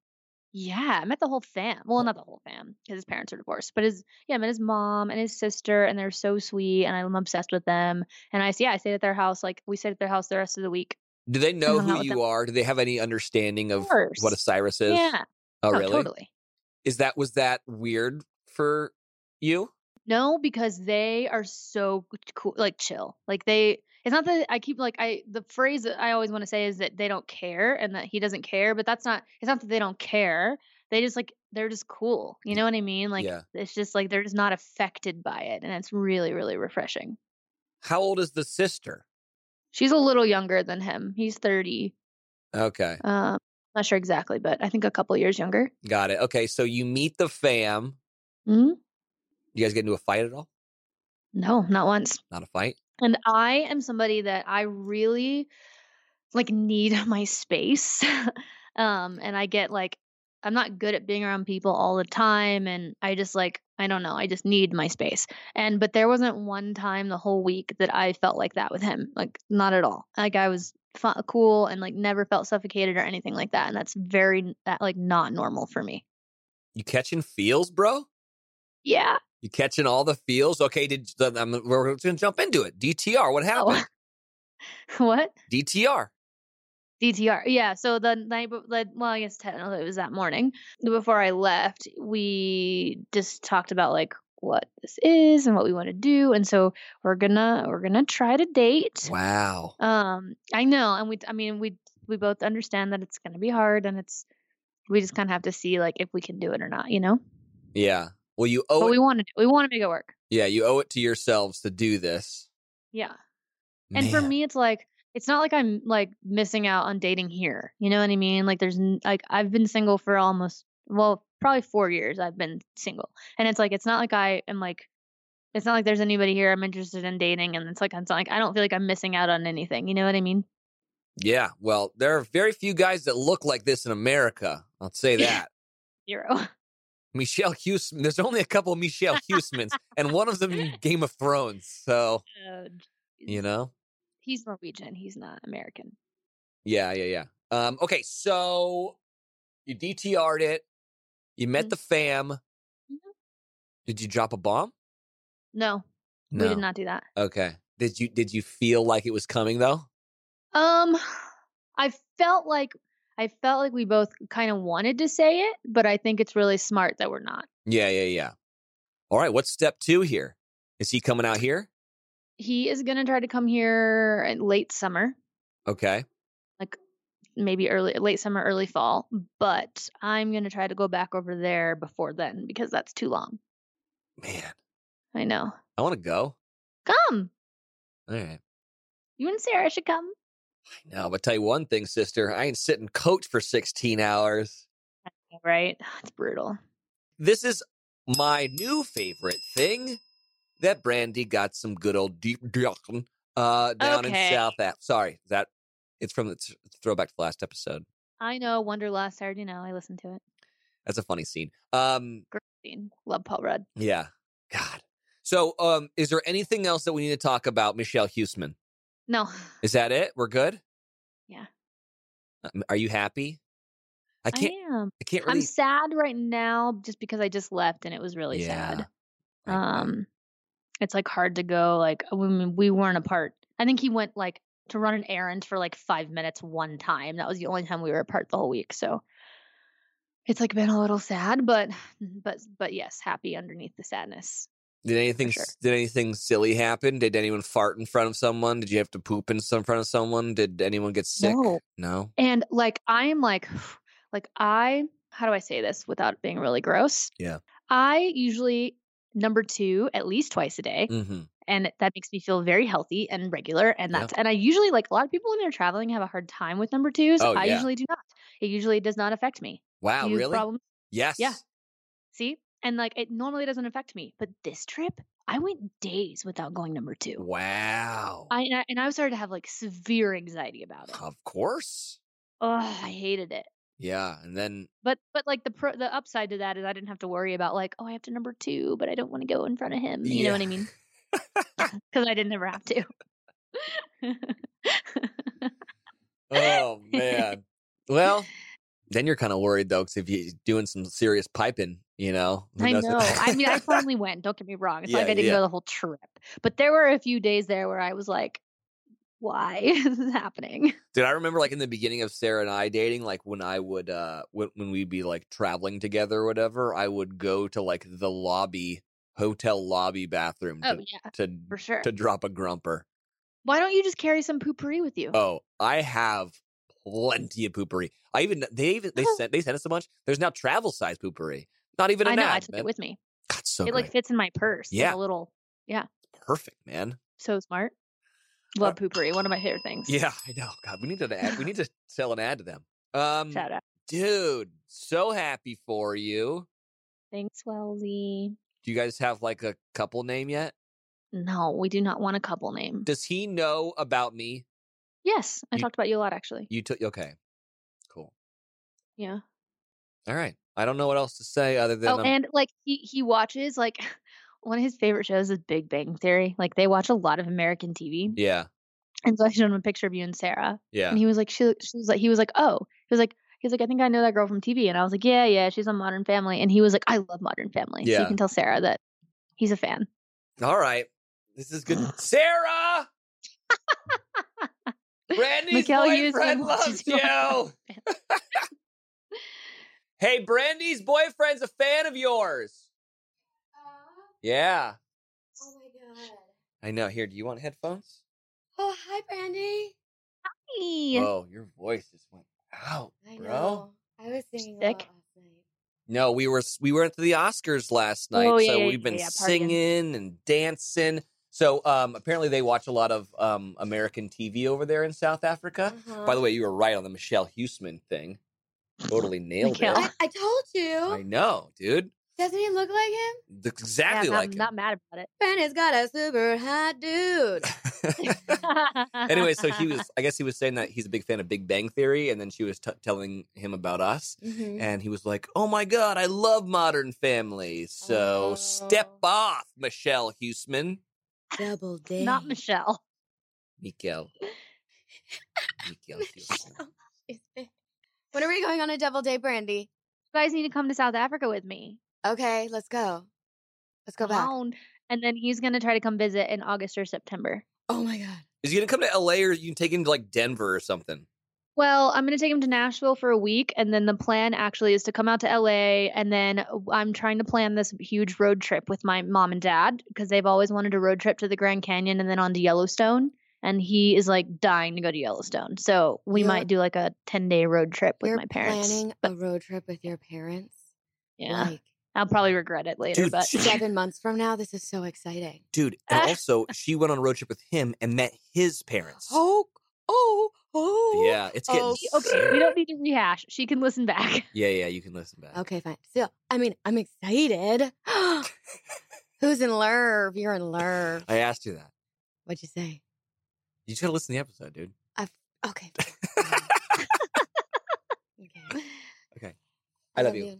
S2: Yeah, I met the whole fam. Well, not the whole fam because his parents are divorced, but his yeah, I met his mom and his sister, and they're so sweet, and I'm obsessed with them. And I yeah, I stayed at their house. Like we stayed at their house the rest of the week.
S1: Do they know
S2: hung out
S1: who
S2: with
S1: you
S2: them.
S1: are? Do they have any understanding of,
S2: course.
S1: what a Cyrus is?
S2: yeah,
S1: Oh,
S2: no,
S1: really?
S2: totally.
S1: Is that was that weird for you?
S2: No, because they are so cool, like chill. Like they, it's not that I keep like I the phrase that I always want to say is that they don't care and that he doesn't care, but that's not. It's not that they don't care. They just like they're just cool. You know what I mean? Like
S1: Yeah.
S2: it's just like they're just not affected by it, and it's really really refreshing.
S1: How old is the sister?
S2: She's a little younger than him. He's 30.
S1: Okay.
S2: Um, not sure exactly, but I think a couple years younger.
S1: Got it. Okay, so you meet the fam.
S2: hmm
S1: You guys get into a fight at all?
S2: No, not once.
S1: Not a fight.
S2: And I am somebody that I really like need my space. um, and I get like, I'm not good at being around people all the time. And I just like, I don't know, I just need my space. And, but there wasn't one time the whole week that I felt like that with him. Like, not at all. Like, I was fu- cool and like never felt suffocated or anything like that. And that's very, that, like, not normal for me.
S1: You catching feels, bro?
S2: Yeah.
S1: You catching all the feels? Okay, did then I'm, we're going to jump into it. DTR, what
S2: Oh.
S1: happened?
S2: what?
S1: DTR.
S2: DTR. Yeah. So the night, bef- like, well, I guess technically it was that morning before I left. We just talked about like what this is and what we want to do, and so we're gonna we're gonna try to date.
S1: Wow.
S2: Um, I know, and we, I mean, we we both understand that it's gonna be hard, and it's we just kind of have to see like if we can do it or not, you know.
S1: Yeah. Well, you owe
S2: but
S1: it,
S2: we want to we want to make it work.
S1: Yeah, you owe it to yourselves to do this.
S2: Yeah. And for
S1: Man.
S2: me, it's like it's not like I'm like missing out on dating here. You know what I mean? Like there's n- like I've been single for almost well probably four years. I've been single, and it's like it's not like I am like it's not like there's anybody here I'm interested in dating, and it's like it's not like I don't feel like I'm missing out on anything. You know what I mean?
S1: Yeah. Well, there are very few guys that look like this in America. I'll say that.
S2: Zero.
S1: Michelle Huseman. There's only a couple of Michelle Husemans, and one of them in Game of Thrones. So, you know?
S2: He's Norwegian. He's not American.
S1: Yeah, yeah, yeah. Um, okay, so you DTR'd it. You met
S2: Mhm.
S1: the fam.
S2: Mm-hmm.
S1: Did you drop a bomb?
S2: No, we did not do that.
S1: Okay. Did you did you feel like it was coming though?
S2: Um, I felt like I felt like we both kind of wanted to say it, but I think it's really smart that we're not.
S1: Yeah, yeah, yeah. All right, what's step two here? Is he coming out here?
S2: He is going to try to come here in late summer,
S1: Okay.
S2: maybe early late summer, early fall, but I'm going to try to go back over there before then because that's too long.
S1: Man,
S2: I know.
S1: I want to go.
S2: Come.
S1: All right.
S2: You and Sarah should come.
S1: No, but tell you one thing, sister. I ain't sitting coach for 16 hours.
S2: Right? It's brutal.
S1: This is my new favorite thing that Brandy got some good old deep down, uh, down
S2: Okay.
S1: in South Af. Sorry, that it's from the t- throwback to last episode.
S2: I know Wonderlust. I already know. I listened to it.
S1: That's a funny scene. Um,
S2: Seen. Love Paul Rudd.
S1: yeah, God. So, um, is there anything else that we need to talk about, Michelle Huseman?
S2: No.
S1: Is that it? We're good.
S2: Yeah.
S1: Um, Are you happy? I
S2: I,
S1: can't.
S2: am.
S1: I can't
S2: I'm
S1: really.
S2: sad right now just because I just left and it was really sad.
S1: I know.
S2: Um it's like hard to go like when we weren't apart. I think he went like to run an errand for like 5 minutes one time. That was the only time we were apart the whole week. So it's like been a little sad, but but but yes, happy underneath the sadness.
S1: Did anything
S2: sure.
S1: s did anything silly happen? Did anyone fart in front of someone? Did you have to poop in some- front of someone? Did anyone get sick?
S2: No.
S1: No?
S2: And like I am like like I how do I say this without it being really gross?
S1: Yeah.
S2: I usually number 2 at least twice a day
S1: Mm-hmm.
S2: and that makes me feel very healthy and regular and
S1: Yeah.
S2: that's and I usually like a lot of people when they're traveling have a hard time with number 2s.
S1: Oh,
S2: I
S1: yeah.
S2: usually do not. It usually does not affect me.
S1: Wow,
S2: You
S1: really?
S2: problem-
S1: yes.
S2: see? And like it normally doesn't affect me, but this trip I went days without going number 2.
S1: Wow.
S2: I and I, and I started to have like severe anxiety about it.
S1: of course.
S2: Oh, I hated it.
S1: Yeah. And then
S2: But but like the pro, the upside to that is I didn't have to worry about like oh I have to number two but I don't want to go in front of him you know what I
S1: Yeah.
S2: mean because I didn't ever have to.
S1: Oh man. well, then you're kind of worried though, because if you're doing some serious piping, you know. who
S2: I
S1: knows what-
S2: know. I mean, I finally went. Don't get me wrong. It's not like
S1: Yeah,
S2: I didn't
S1: yeah.
S2: go the whole trip, but there were a few days there where I was like, "Why is this happening?"
S1: Dude, I remember like in the beginning of Sarah and I dating, like when I would uh when, when we'd be like traveling together or whatever, I would go to like the lobby hotel lobby bathroom
S2: Oh
S1: to
S2: yeah,
S1: to,
S2: for sure.
S1: to drop a grumper.
S2: Why don't you just carry some poopery with you?
S1: Oh, I have plenty of poopery. I even they even they
S2: Oh.
S1: sent they sent us a bunch. There's now travel size poopery. Not even
S2: I
S1: an
S2: know.
S1: ad.
S2: I took
S1: man.
S2: it with me.
S1: God, so
S2: it
S1: great.
S2: like fits in my purse. like
S1: Yeah.
S2: a little
S1: perfect, man.
S2: so smart. Love poopery. One of my favorite things.
S1: Uh Yeah, I know. God, we need to ad, we need to sell an ad to them. Um,
S2: Shout out.
S1: dude, so happy for you.
S2: Thanks, Wellesley.
S1: Do you guys have like a couple name yet?
S2: No, we do not want a couple name.
S1: Does he know about me?
S2: yes, I
S1: You-
S2: talked about you a lot actually.
S1: You took okay, cool.
S2: Yeah.
S1: All right. I don't know what else to say other than
S2: Oh,
S1: I'm-
S2: and like he he watches like one of his favorite shows is Big Bang Theory. Like they watch a lot of American TV,
S1: yeah,
S2: and so I showed him a picture of you and Sarah,
S1: yeah.
S2: and he was like, she, she was like, he was like, oh, he was like, he was like, I think I know that girl from TV, and I was like, yeah, yeah, she's on Modern Family, and he was like, I love Modern Family, so
S1: Yeah.
S2: you can tell Sarah that he's a fan.
S1: All right. This is good. Sarah! Brandy's
S2: Mikhail Hughes
S1: boyfriend
S2: and-
S1: loves
S2: Did you
S1: you. hey, Brandy's boyfriend's a fan of yours. Yeah.
S5: Oh my god.
S1: I know. Here, do you want headphones?
S5: Oh, hi, Brandy.
S2: Hey.
S1: Oh, your voice just went out,
S5: I
S1: bro.
S5: know. I was singing a lot
S2: Sick.
S5: last night.
S1: No, we were we went to the Oscars last night,
S2: Oh, yeah,
S1: so
S2: yeah,
S1: we've been
S2: yeah, yeah, partying.
S1: singing and dancing. So um, apparently, they watch a lot of um, American TV over there in South Africa.
S5: Uh-huh.
S1: By the way, you were right on the Michelle Huseman thing. Totally nailed
S2: Mikhail.
S5: I,
S1: it.
S5: I told you.
S1: I know, dude.
S5: Doesn't he look like him?
S1: Looks Exactly
S2: yeah,
S1: like
S2: I'm
S1: him.
S2: not mad about
S5: Brandy's got a super hot dude.
S2: it.
S1: anyway, so he was. I guess he was saying that he's a big fan of Big Bang Theory, and then she was t- telling him about us,
S2: Mm-hmm.
S5: Mhm.
S1: and he was like, "Oh my God, I love Modern Family." So step
S5: Oh.
S1: off, Michelle Huseman,
S5: Double date.
S2: not Michelle.
S1: Mikkel. Mikkel Huseman.
S5: When are we going on a double date, Brandy?
S2: You guys need to come to South Africa with me.
S5: Okay, let's go. Let's go
S2: Come
S5: back.
S2: on. And then he's gonna try to come visit in August or September.
S5: Oh my god.
S1: Is he gonna come to LA or you can take him to like Denver or something?
S2: Well, I'm going to take him to Nashville for a week. And then the plan actually is to come out to LA. And then I'm trying to plan this huge road trip with my mom and dad because they've always wanted a road trip to the Grand Canyon and then on to Yellowstone. And he is like dying to go to Yellowstone. So we
S5: You're-
S2: might do like a 10 day road trip with
S5: You're
S2: my parents.
S5: planning
S2: but-
S5: a road trip with your parents.
S2: yeah.
S5: Like
S2: I'll probably regret it later.
S1: Dude,
S2: but
S5: seven months from now, this is so exciting.
S1: Dude, and
S2: Ah.
S1: also she went on a road trip with him and met his parents.
S5: Oh, oh, oh.
S1: yeah, it's getting
S5: oh,
S2: okay, we don't need to rehash. She can listen back.
S1: Yeah, yeah, you can listen back.
S5: Okay, fine. So, I mean, I'm excited. Who's in Lurv? You're in Lurv.
S1: I asked you that.
S5: What'd you say?
S1: You just gotta listen to the episode, dude.
S5: Okay. okay.
S1: Okay. I love you.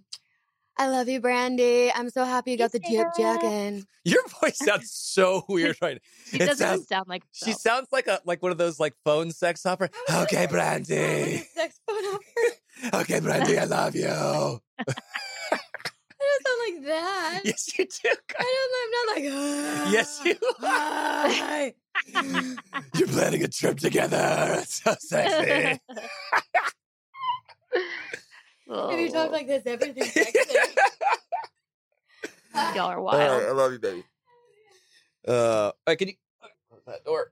S5: I love you, Brandy. I'm so happy you got the
S2: Thanks,
S5: jib
S2: Sarah.
S5: jagging.
S1: Your voice sounds so weird right now.
S2: She
S1: It
S2: doesn't
S1: sounds-
S2: sound like
S1: She
S2: herself.
S1: sounds like a like one of those like phone sex opera. Okay, Brandy.
S5: Sex phone opera.
S1: Okay, Brandy, I love you.
S5: I don't sound like that.
S1: Yes, you do.
S5: I don't. I'm not like.
S1: Yes, you
S5: Hi.
S1: You're planning a trip together. It's so sexy.
S5: If you
S2: Oh,
S5: talk like this, everything's sexy.
S2: y'all are wild.
S1: love you, baby. Uh, all right, can you close that door?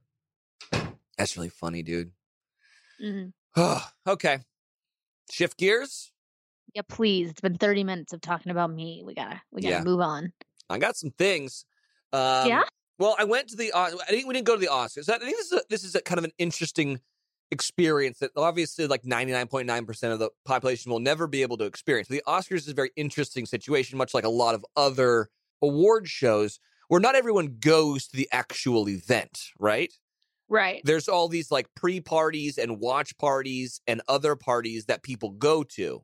S1: That's really funny, dude.
S2: Mhm.
S1: okay, shift gears.
S2: Yeah, please. It's been 30 minutes of talking about me. We gotta, we gotta
S1: Yeah.
S2: move on.
S1: I got some things. Um,
S2: Yeah?
S1: Well, I went to the. Os- I think we didn't go to the Oscars. I think this is a, this is a kind of an interesting experience that obviously like 99.9% of the population will never be able to experience. The Oscars is a very interesting situation much like a lot of other award shows where not everyone goes to the actual event, right?
S2: Right.
S1: There's all these like pre-parties and watch parties and other parties that people go to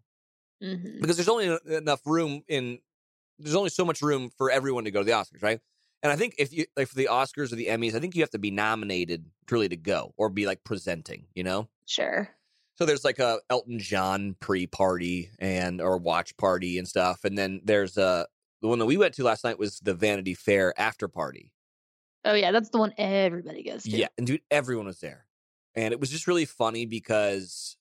S2: hmm
S1: because there's only en- enough room in there's only so much room for everyone to go to the Oscars, right? And I think if you like for the Oscars or the Emmys, I think you have to be nominated really to go or be like presenting, you know?
S2: Sure.
S1: So there's like a Elton John pre-party and or watch party and stuff, and then there's uh the one that we went to last night was the Vanity Fair after party.
S2: Oh yeah, that's the one everybody goes to.
S1: Yeah, and dude, everyone was there, and it was just really funny because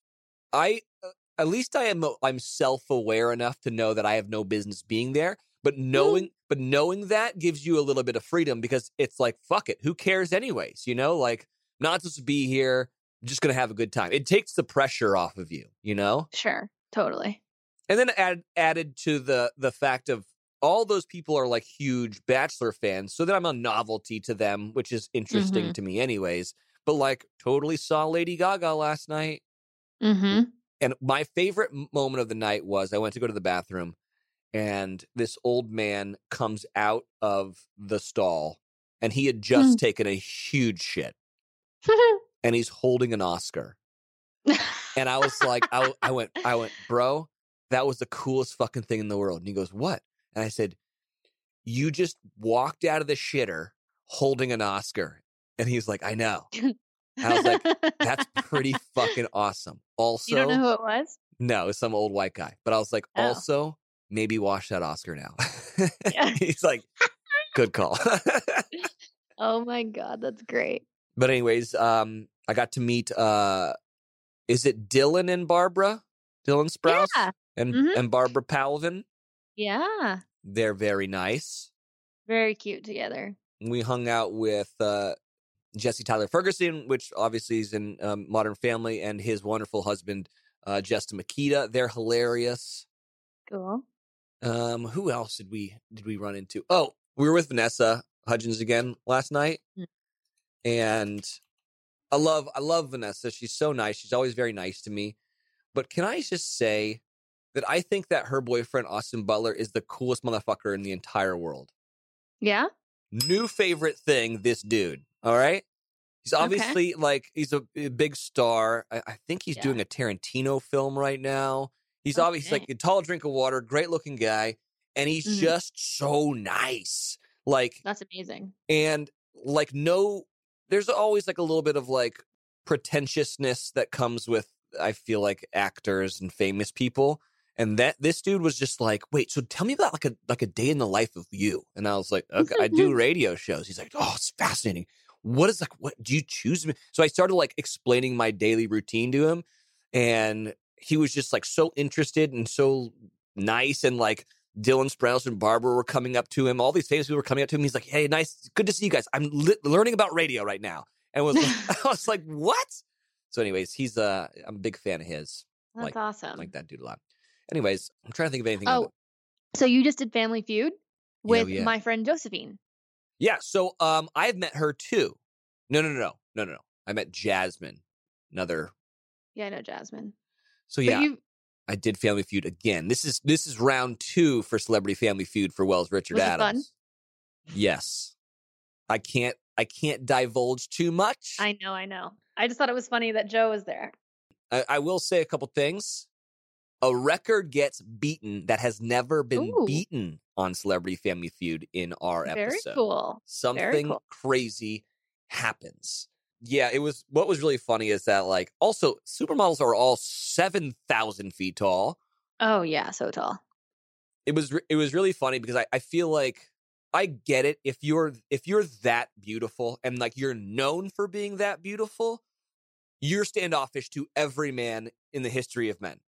S1: I, uh, at least I am, I'm self aware enough to know that I have no business being there. But knowing, but knowing that gives you a little bit of freedom because it's like, fuck it, who cares anyways? You know, like I'm not supposed to be here. I'm just gonna have a good time. It takes the pressure off of you, you know.
S2: Sure. Totally.
S1: And then add, added to the the fact of all those people are like huge Bachelor fans, so that I'm a novelty to them, which is interesting to me, anyways. But like, totally saw Lady Gaga last night,
S2: Mm-hmm.
S1: and my favorite m- moment of the night was I went to go to the bathroom, and this old man comes out of the stall, and he had just taken a huge shit, and he's holding an Oscar. And I was like, I, w- I went, I went, bro, that was the coolest fucking thing in the world. And he goes, what? And I said, you just walked out of the shitter holding an Oscar. And he's like, I know. I was like, That's pretty fucking awesome. Also,
S2: You don't know who it was?
S1: no, it's some old white guy. But I was like,
S2: Oh.
S1: also, maybe watch that Oscar now.
S2: Yeah.
S1: he's like, good call.
S2: Oh my god, that's great.
S1: but anyways, um, I got to meet, uh, is it Dylan and Barbara? Dylan Sprouse?
S2: Yeah.
S1: and
S2: Mhm.
S1: and Barbara Palvin.
S2: Yeah.
S1: They're very nice.
S2: Very cute together.
S1: We hung out with uh, Jesse Tyler Ferguson, which obviously is in um, Modern Family, and his wonderful husband uh, Justin Makita. They're hilarious.
S2: Cool.
S1: Um, who else did we did we run into? Oh, we were with Vanessa Hudgens again last night,
S2: Mm.
S1: and I love I love Vanessa. She's so nice. She's always very nice to me. But can I just say that I think that her boyfriend Austin Butler is the coolest motherfucker in the entire world.
S2: Yeah.
S1: new favorite thing this dude all right he's
S2: Okay.
S1: obviously like he's a, a big star i, I think he's
S2: Yeah.
S1: doing a tarantino film right now he's obviously like
S2: Okay.
S1: a tall drink of water great looking guy and he's
S2: Mhm.
S1: just so nice like
S2: That's amazing.
S1: and like no there's always like a little bit of like pretentiousness that comes with i feel like actors and famous people and that this dude was just like wait so tell me about like a like a day in the life of you and i was like okay i do radio shows he's like oh it's fascinating what is like what do you choose me so i started like explaining my daily routine to him and he was just like so interested and so nice and like Dylan Sprouse and Barbara were coming up to him. All these famous people were coming up to him. He's like, "Hey, nice, good to see you guys. I'm li- learning about radio right now." And was like, I was like, "What?" So, anyways, he's uh, I'm a big fan of his.
S2: That's
S1: Like-
S2: awesome.
S1: like that dude a lot. Anyways, I'm trying to think of anything.
S2: Um Oh, so you just did Family Feud with
S1: yeah.
S2: my friend Josephine.
S1: Yeah. So um, I've met her too. No, no, no, no, no, no. no. I met Jasmine, another.
S2: Yeah, I know Jasmine.
S1: So
S2: But
S1: yeah,
S2: you
S1: I did Family Feud again. This is this is round two for Celebrity Family Feud for Wells Richard
S2: Was it fun?
S1: Adams. Yes, I can't I can't divulge too much.
S2: I know, I know. I just thought it was funny that Joe was there.
S1: I, I will say a couple things. A record gets beaten that has never been
S2: Ooh.
S1: beaten on Celebrity Family Feud in our
S2: Very
S1: episode.
S2: cool.
S1: something
S2: cool.
S1: crazy happens. Yeah, it was what was really funny is that like also supermodels are all 7,000 feet tall.
S2: Oh yeah, so tall.
S1: It was re- it was really funny because I, I feel like I get it if you're if you're that beautiful and like you're known for being that beautiful, you're standoffish to every man in the history of men.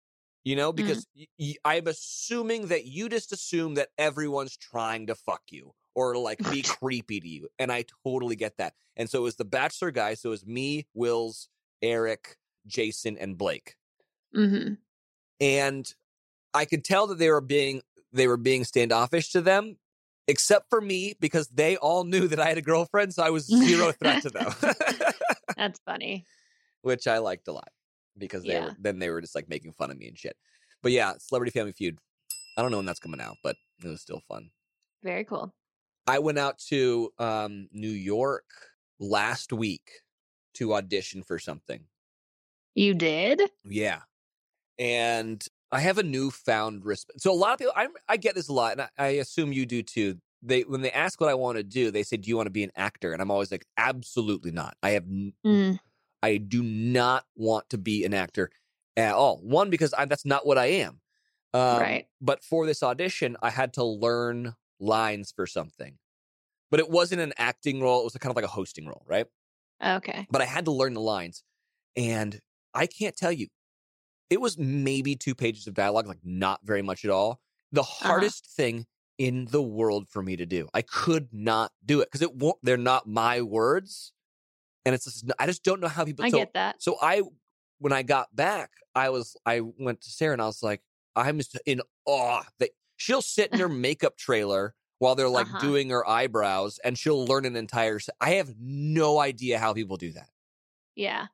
S1: You know, because y- y- I'm assuming that you just assume that everyone's trying to fuck you or like be creepy to you. And I totally get that. And so it was the Bachelor guys. So it was me, Wills, Eric, Jason, and Blake.
S2: Mm-hmm.
S1: And I could tell that they were being they were being standoffish to them, except for me, because they all knew that I had a girlfriend, so I was zero threat to them.
S2: That's funny.
S1: Which I liked a lot because they
S2: Yeah.
S1: were then they were just like making fun of me and shit. But yeah, Celebrity Family Feud. I don't know when that's coming out, but it was still fun.
S2: Very cool.
S1: I went out to um, New York last week to audition for something.
S2: You did?
S1: Yeah, and I have a newfound respect. So a lot of people, I I get this a lot, and I, I assume you do too. They when they ask what I want to do, they say, "Do you want to be an actor?" And I'm always like, "Absolutely not. I have n-
S2: Mm.
S1: I do not want to be an actor at all. One, because I, that's not what I am. Um,
S2: Right.
S1: But for this audition, I had to learn lines for something. But it wasn't an acting role, it was kind of like a hosting role, right?
S2: Okay.
S1: But I had to learn the lines. And I can't tell you, it was maybe two pages of dialogue, like not very much at all. The
S2: Uh-huh.
S1: hardest thing in the world for me to do. I could not do it because it won't, they're not my words. And it's just, I just don't know how people.
S2: I
S1: so
S2: get that.
S1: so I, when I got back, I was I went to Sarah and I was like, I'm just in awe that she'll sit in her makeup trailer while they're like
S2: Uh-huh.
S1: doing her eyebrows, and she'll learn an entire. se- I have no idea how people do that.
S2: Yeah.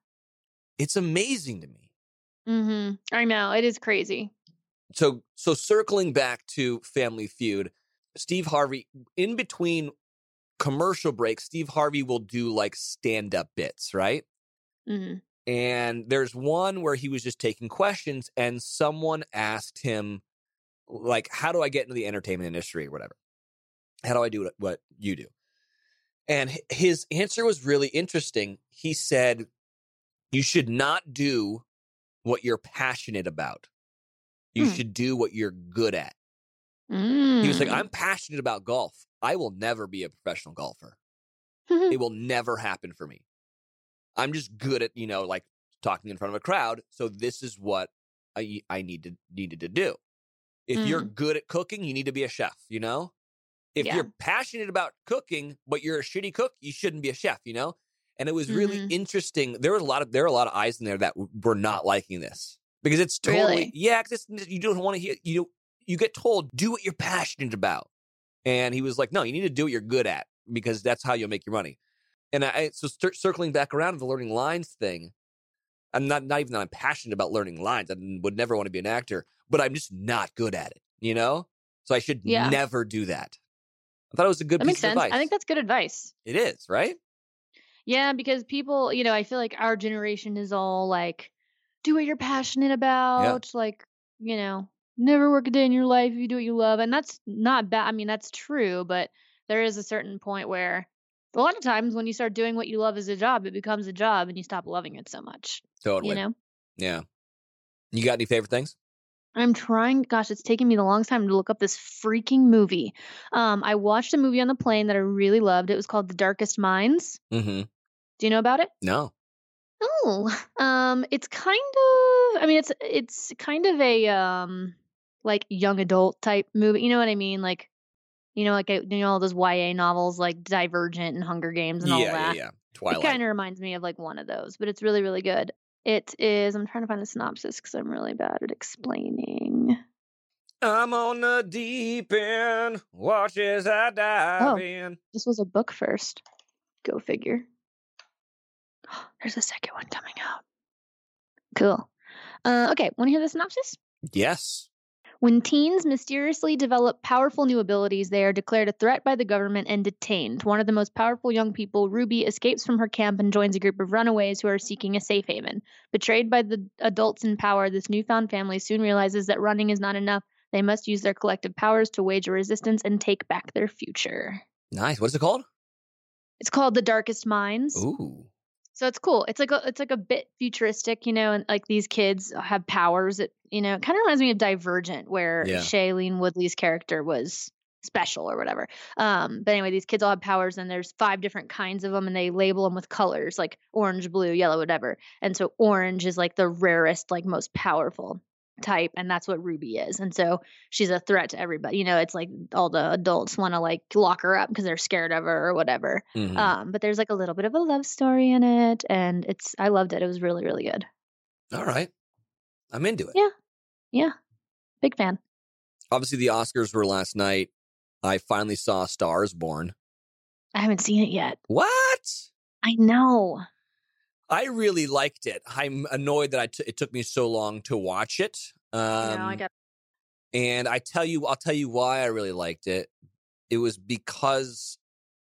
S1: It's amazing to me.
S2: Mm-hmm. I know. It is crazy.
S1: So so circling back to Family Feud, Steve Harvey in between commercial breaks, Steve Harvey will do like stand up bits, right?
S2: Mm-hmm.
S1: And there's one where he was just taking questions, and someone asked him, like, how do I get into the entertainment industry or whatever? How do I do what, what you do? And h- his answer was really interesting. He said, You should not do what you're passionate about, you
S2: Hmm.
S1: should do what you're good at. He was like,
S2: Mm.
S1: I'm passionate about golf. I will never be a professional golfer
S2: I'm
S1: it will never happen for me. I'm just good at you know like talking in front of a crowd, so this is what I I need to needed to do. If you're good at cooking, you need to be a chef. You know, if
S2: Yeah.
S1: you're passionate about cooking but you're a shitty cook, you shouldn't be a chef. You know, and it was really
S2: Mhm.
S1: interesting. There was a lot of there are a lot of eyes in there that w- were not liking this because it's
S2: Really?
S1: totally yeah. 'cause it's, you don't want to hear you you get told do what you're passionate about, and he was like, no, you need to do what you're good at because that's how you'll make your money. And I so cir- circling back around to the learning lines thing, I'm not not even that I'm passionate about learning lines. I would never want to be an actor, but I'm just not good at it. You know, so I should
S2: Yeah.
S1: never do that. I thought it was a good
S2: That
S1: piece
S2: makes
S1: of
S2: sense.
S1: advice.
S2: I think that's good advice.
S1: it is right.
S2: Yeah, because people, you know, I feel like our generation is all like, do what you're passionate about. Like, you know, never work a day in your life if you do what you love. And that's not bad. I mean, that's true, but there is a certain point where a lot of times when you start doing what you love as a job, it becomes a job and you stop loving it so much.
S1: Totally.
S2: You know?
S1: Yeah. You got any favorite things?
S2: I'm trying. Gosh, it's taking me the longest time to look up this freaking movie. Um, I watched a movie on the plane that I really loved. It was called The Darkest Minds.
S1: Mm-hmm.
S2: Do you know about it?
S1: No.
S2: Oh, um, it's kind of. I mean, it's it's kind of a um, like young adult type movie. You know what I mean? Like, you know, like uh, you know all those YA novels like Divergent and Hunger Games and all
S1: yeah,
S2: that.
S1: yeah, yeah.
S2: It kind
S1: Twilight.
S2: of reminds me of like one of those, but it's really really good. It is. I'm trying to find the synopsis because I'm really bad at explaining.
S1: I'm on the deep end. Watch as I dive
S2: Oh.
S1: in.
S2: This was a book first. Go figure. There's a second one coming out. Cool. Uh, okay, want to hear the synopsis?
S1: Yes.
S2: When teens mysteriously develop powerful new abilities, they are declared a threat by the government and detained. One of the most powerful young people, Ruby, escapes from her camp and joins a group of runaways who are seeking a safe haven. Betrayed by the adults in power, this newfound family soon realizes that running is not enough. They must use their collective powers to wage a resistance and take back their future.
S1: Nice. What is it called?
S2: It's called The Darkest Minds.
S3: Ooh.
S2: So it's cool. It's like a it's like a bit futuristic, you know, and like these kids have powers. It you know, it kind of reminds me of Divergent, where
S1: Yeah.
S2: Shailene Woodley's character was special or whatever. Um, but anyway, these kids all have powers, and there's five different kinds of them, and they label them with colors like orange, blue, yellow, whatever. And so orange is like the rarest, like most powerful type, and that's what Ruby is. And so she's a threat to everybody. You know, it's like all the adults want to like lock her up because they're scared of her or whatever.
S1: Mhm.
S2: Um, but there's like a little bit of a love story in it, and it's I loved it. It was really really good.
S1: All right. I'm into it.
S2: Yeah. Big fan.
S1: Obviously, the Oscars were last night. I finally saw Stars Born.
S2: I haven't seen it yet.
S1: What?
S2: I know.
S1: I really liked it. I'm annoyed that I t- it took me so long to watch it. Um,
S2: no, I got.
S1: And I tell you, I'll tell you why I really liked it. It was because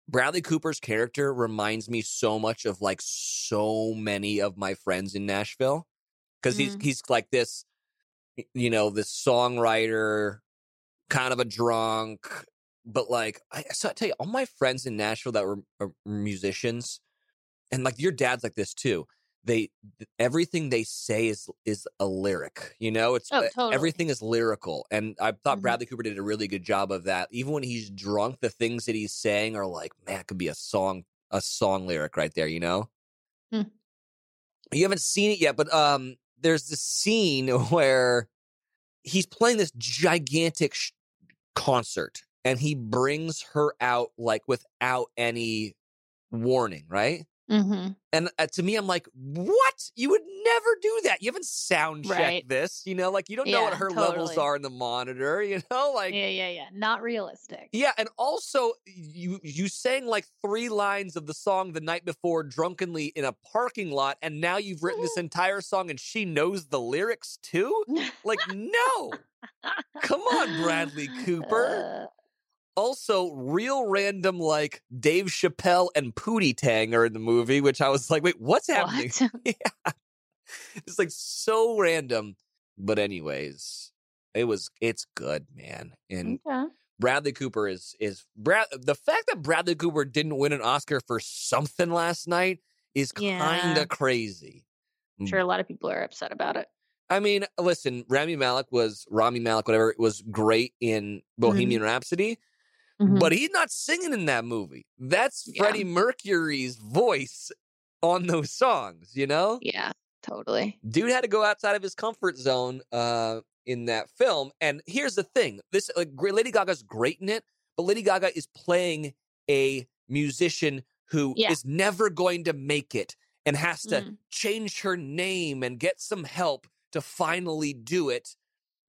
S1: Bradley Cooper's character reminds me so much of like so many of my friends in Nashville because he's he's like this, you know, this songwriter, kind of a drunk, but like I, so I tell you, all my friends in Nashville that were uh, musicians, and like your dad's like this too. They everything they say is is a lyric. You know, it's
S2: Oh,
S1: uh,
S2: totally.
S1: everything is lyrical, and I thought
S2: Mhm.
S1: Bradley Cooper did a really good job of that. Even when he's drunk, the things that he's saying are like, man, it could be a song a song lyric right there. You know.
S2: Mm.
S1: You haven't seen it yet, but um, there's this scene where he's playing this gigantic sh- concert and he brings her out like without any warning, right?
S2: Mm-hmm.
S1: And uh, to me, I'm like, what? You would never do that. You haven't sound checked
S2: Right.
S1: this, you know? Like, you don't know what
S2: Yeah,
S1: her levels
S2: totally.
S1: are in the monitor, you know? Like,
S2: yeah, yeah, yeah. Not realistic.
S1: yeah, and also you you sang like three lines of the song the night before drunkenly in a parking lot, and now you've written this entire song, and she knows the lyrics too. Like, no, come on, Bradley Cooper.
S2: Uh,
S1: Also, real random like Dave Chappelle and Pootie Tang are in the movie, which I was like, wait, what's happening?
S2: what?
S1: It's like so random. But anyways, it was it's good, man.
S2: Mm.
S1: And
S2: okay.
S1: Bradley Cooper is is Brad. The fact that Bradley Cooper didn't win an Oscar for something last night is kind
S2: Yeah.
S1: of crazy. mm.
S2: I'm sure a lot of people are upset about it.
S1: I mean, listen, Rami Malik was Rami Malik, whatever, was great in
S2: Mm-hmm.
S1: Bohemian Rhapsody,
S2: Mhm.
S1: but he's not singing in that movie. That's
S2: Yeah.
S1: Freddie Mercury's voice on those songs. You know,
S2: yeah, totally.
S1: dude had to go outside of his comfort zone uh in that film and here's the thing this like, gr- lady gaga's great in it but lady gaga is playing a musician who is
S2: Yeah.
S1: never going to make it and has to
S2: Mhm.
S1: change her name and get some help to finally do it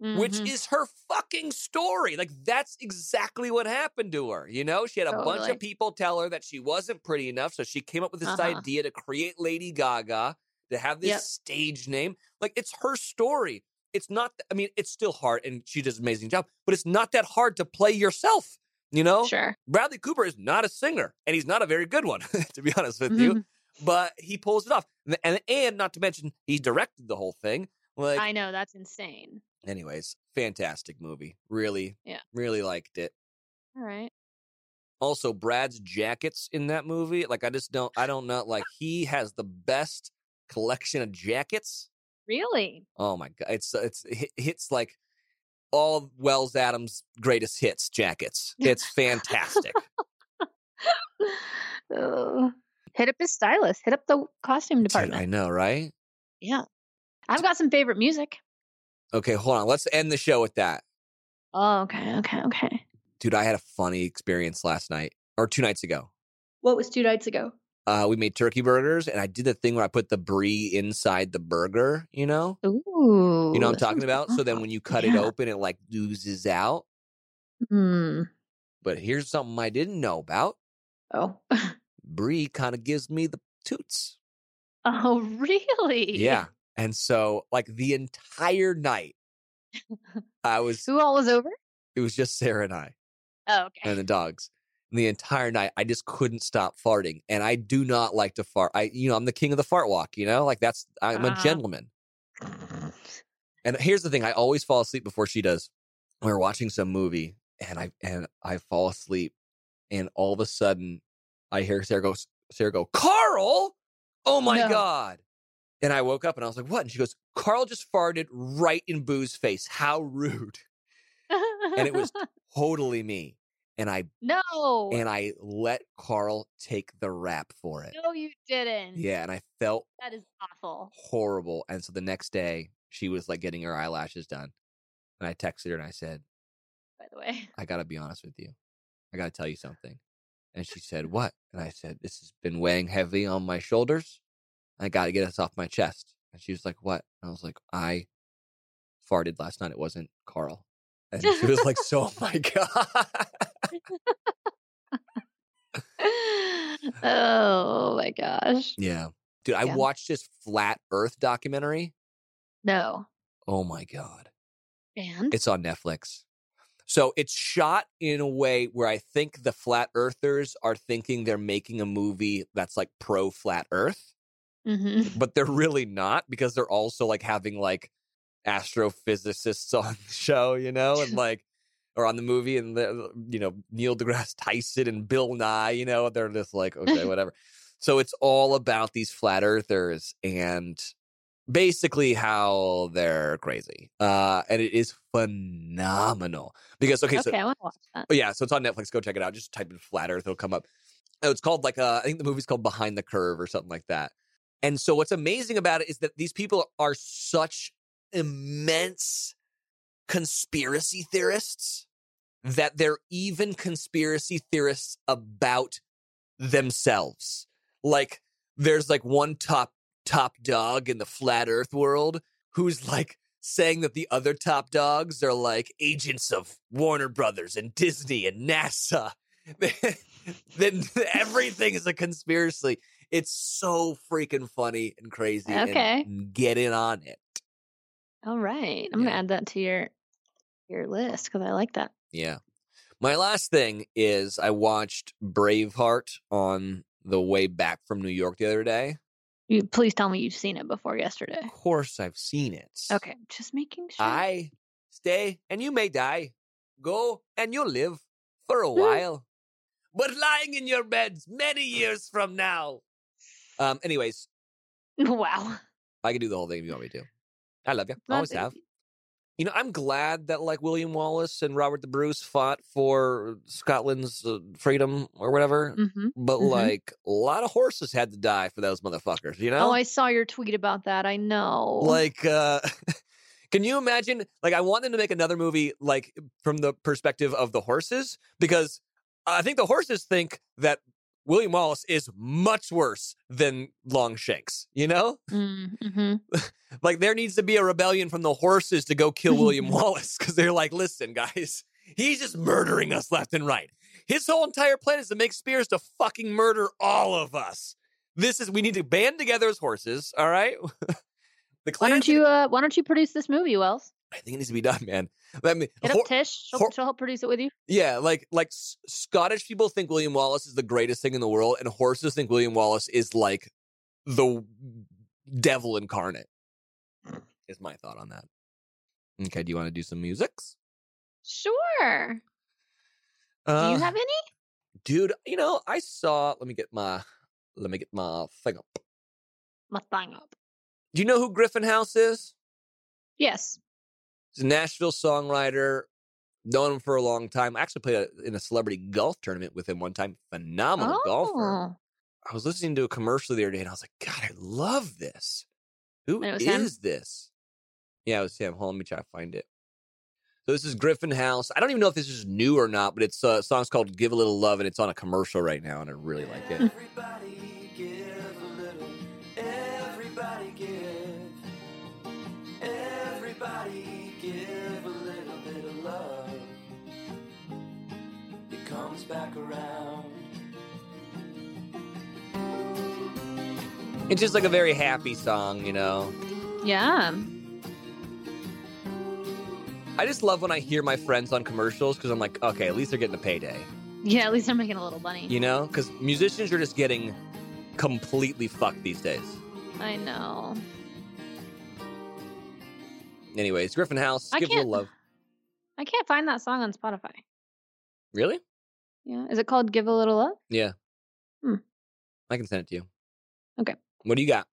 S1: which
S2: Mhm.
S1: is her fucking story like that's exactly what happened to her you know she had a bunch
S2: Totally.
S1: of people tell her that she wasn't pretty enough so she came up with this
S2: Uh-huh.
S1: idea to create lady gaga to have this
S2: Yep.
S1: stage name. Like it's her story. It's not. I mean, it's still hard, and she does an amazing job. But it's not that hard to play yourself. You know,
S2: sure.
S1: Bradley Cooper is not a singer, and he's not a very good one, to be honest with you.
S2: Mhm.
S1: But he pulls it off, and, and and not to mention he directed the whole thing. Like,
S2: I know that's insane.
S1: anyways, fantastic movie. Really,
S2: Yeah.
S1: really liked it.
S2: All right.
S1: Also, Brad's jackets in that movie. Like, I just don't. I don't know. Like, he has the best collection of jackets.
S2: Really?
S1: Oh my god, it's it's it hits like all Wells Adams' greatest hits jackets. It's fantastic.
S2: Ugh. Hit up his stylist. Hit up the costume
S1: Dude,
S2: department.
S1: I know, right?
S2: yeah. I've got some favorite music.
S1: Okay, hold on. Let's end the show with that.
S2: Oh, okay, okay, okay.
S1: Dude, I had a funny experience last night or two nights ago.
S2: What was two nights ago?
S1: Uh, we made turkey burgers, and I did the thing where I put the brie inside the burger. You know,
S2: Ooh.
S1: you know what I'm
S2: that
S1: talking
S2: sounds
S1: about. So then
S2: bomb.
S1: when you cut it
S2: Yeah.
S1: open, it like oozes out.
S2: Hmm.
S1: But here's something I didn't know about.
S2: Oh.
S1: Brie kind of gives me the toots.
S2: Oh, really?
S1: Yeah, and so like the entire night, I was.
S2: Who all was over?
S1: It was just Sarah and I.
S2: Oh,
S1: and
S2: okay.
S1: the dogs. And the entire night, I just couldn't stop farting, and I do not like to fart. I, you know, I'm the king of the fart walk. You know, like that's I'm a
S2: Uh-huh.
S1: gentleman. And here's the thing: I always fall asleep before she does. We were watching some movie, and I and I fall asleep, and all of a sudden, I hear Sarah go, Sarah go, Carl! Oh my
S2: No.
S1: god! And I woke up, and I was like, what? And she goes, Carl just farted right in Boo's face. How rude! And it was totally me, and I
S2: no.
S1: and I let Carl take the rap for it.
S2: no, you didn't.
S1: Yeah, and I felt
S2: That is awful.
S1: horrible. And so the next day, she was like getting her eyelashes done. And I texted her and I said,
S2: By the way.
S1: I got to be honest with you. I got to tell you something. And she said, What? And I said, This has been weighing heavy on my shoulders. I got to get this off my chest. And she was like, What? And I was like, I farted last night. It wasn't Carl. And she was like, So, oh my God.
S2: oh my gosh.
S1: Yeah. Dude, I
S2: Yeah.
S1: watched this flat earth documentary.
S2: No.
S1: Oh my God.
S2: And
S1: It's on Netflix. So it's shot in a way where I think the flat earthers are thinking they're making a movie that's like pro flat earth,
S2: hmm
S1: but they're really not because they're also like having like astrophysicists on the show, you know, and like, or on the movie and, the, you know, Neil deGrasse Tyson and Bill Nye, you know, they're just like, okay, whatever. so it's all about these flat earthers and basically how they're crazy. Uh, and it is phenomenal because okay, so
S2: okay, I want to watch that.
S1: yeah, so it's on Netflix. Go check it out. Just type in flat Earth; it'll come up. Oh, It's called like uh, I think the movie's called Behind the Curve or something like that. And so what's amazing about it is that these people are such immense conspiracy theorists that they're even conspiracy theorists about themselves. Like there's like one top top dog in the flat earth world who's like saying that the other top dogs are like agents of Warner Brothers and Disney and NASA. then everything is a conspiracy. It's so freaking funny and crazy. and
S2: Okay.
S1: get in on it.
S2: All right. I'm
S1: Yeah.
S2: gonna add that to your your list because I like that.
S1: Yeah. My last thing is I watched Braveheart on the way back from New York the other day.
S2: You please tell me you've seen it before yesterday.
S1: Of course, I've seen it.
S2: Okay. Just making sure.
S1: I stay and you may die. Go and you'll live for
S2: Mm.
S1: a while. But lying in your beds many years from now. Um, anyways,
S2: wow.
S1: I can do the whole thing if you want me to. I love you.
S2: Love
S1: Always
S2: it.
S1: have. You know, I'm glad that like William Wallace and Robert the Bruce fought for Scotland's uh, freedom or whatever.
S2: Mhm.
S1: But
S2: Mhm.
S1: like a lot of horses had to die for those motherfuckers, you know?
S2: Oh, I saw your tweet about that. I know.
S1: like uh can you imagine like I want them to make another movie like from the perspective of the horses because I think the horses think that William Wallace is much worse than Longshanks, you know?
S2: mm-hmm.
S1: Like there needs to be a rebellion from the horses to go kill William Wallace because they're like, listen, guys, he's just murdering us left and right. His whole entire plan is to make Spears to fucking murder all of us. This is we need to band together as horses, all right? the
S2: Why
S1: clan.
S2: don't you uh why don't you produce this movie, Wells?
S1: I think it needs to be done, man. I mean,
S2: Get
S1: hor-
S2: up Tish. She'll,
S1: hor-
S2: she'll help produce it with you.
S1: yeah, like like S- Scottish people think William Wallace is the greatest thing in the world, and horses think William Wallace is like the devil incarnate. Is my thought on that. Okay, do you want to do some musics?
S2: Sure. Do
S1: Uh,
S2: you have any?
S1: dude, you know, I saw. Let me get my let me get my thing up.
S2: My thing up.
S1: Do you know who Griffin House is?
S2: Yes.
S1: He's a Nashville songwriter. Known him for a
S2: Oh.
S1: long time. I actually played a, in a celebrity golf tournament with him one time. Phenomenal golfer. I was listening to a commercial the other day and I was like, God, I love this. Who
S2: And it was
S1: is
S2: him?
S1: this? Yeah, it was him. Hold on, let me try to find it. So this is Griffin House. I don't even know if this is new or not, but it's uh, a song's called Give a Little Love and it's on a commercial right now and I really like it.
S6: Everybody give a little. Everybody give. Everybody give a little bit of love. It comes back around.
S1: It's just like a very happy song, you know.
S2: Yeah.
S1: I just love when I hear my friends on commercials because I'm like, okay, at least they're getting a payday,
S2: Yeah, at least I'm making a little money.
S1: you know? Because musicians are just getting completely fucked these days.
S2: I know.
S1: Anyways, Griffin House,
S2: I
S1: give a little
S2: can't-
S1: love.
S2: I can't find that song on Spotify.
S1: Really?
S2: Yeah. Is it called Give a Little Love?
S1: I can send it to you.
S2: Okay.
S1: What do you got?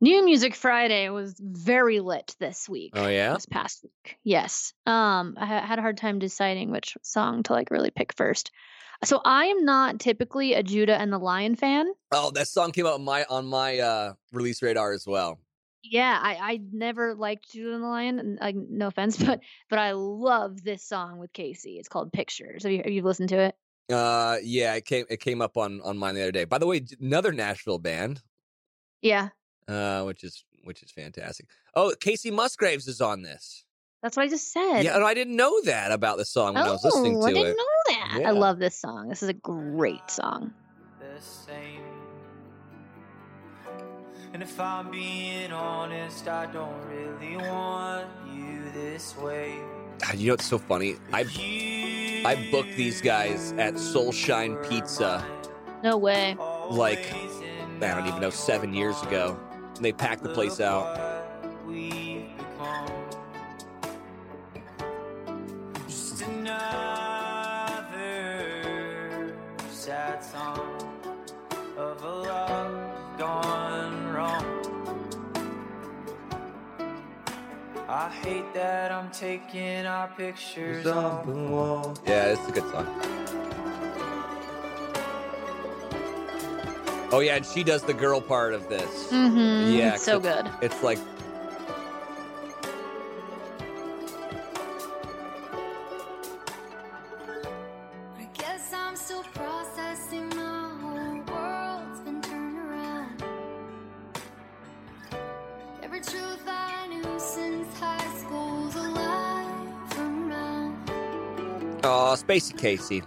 S2: New Music Friday was very lit this week.
S1: Oh yeah.
S2: This past week. Yes. Um I ha- had a hard time deciding which song to like really pick first. So I am not typically a Judah and the Lion fan.
S1: Oh, that song came out on my on my uh release radar as well.
S2: Yeah, I, I never liked Judah and the Lion. and, Like, no offense, but but I love this song with Casey. It's called Pictures. Have you have you listened to it?
S1: Uh yeah, it came it came up on on mine the other day. By the way, j- another Nashville band,
S2: Yeah,
S1: uh which is which is fantastic. Oh, Casey Musgraves is on this.
S2: that's what I just said.
S1: Yeah, and I didn't know that about the song when I was listening
S2: Oh,
S1: to
S2: I didn't
S1: it.
S2: know that.
S1: Yeah.
S2: I love this song. This is a great song.
S6: The same. And if I'm being honest, I don't really want you this way.
S1: God, you know what's so funny? I I booked these guys at Soul Shine Pizza
S2: No way.
S1: like I don't even know seven years ago. And they packed the place out.
S6: Just another sad song of a love gone wrong. I hate that I'm taking our pictures off the wall.
S1: Yeah, it's a good song. Oh yeah, and she does the girl part of this.
S2: Mm-hmm.
S1: Yeah,
S2: it's so
S1: 'cause
S2: good.
S1: It's like
S7: I guess I'm still processing my whole world's been turned around. Every truth I knew since high school's a lie from now.
S1: oh, Spacey Casey.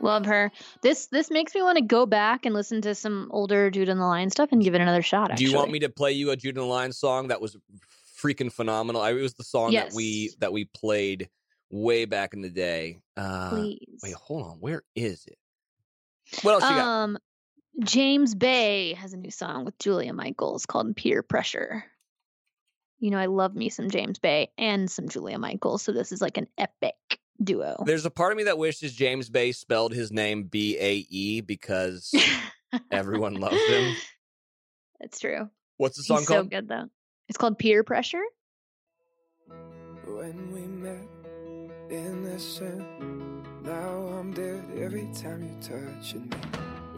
S2: Love her. This this makes me want to go back and listen to some older Judah and the Lion stuff and give it another shot.
S1: Do
S2: Actually.
S1: you want me to play you a Judah Line song that was freaking phenomenal? I, it was the song that we
S2: Yes.
S1: that we played way back in the day. Uh,
S2: Please.
S1: Wait, hold on. Where is it? What else you got?
S2: um, James Bay has a new song with Julia Michaels called Peer Pressure. You know, I love me some James Bay and some Julia Michaels, so this is like an epic duo.
S1: There's a part of me that wishes James Bay spelled his name B A E because everyone loves him.
S2: That's true.
S1: What's the song
S2: He's so
S1: called?
S2: good though. It's called Peer Pressure.
S6: When we met, innocent. Now I'm dead every time you're touching me.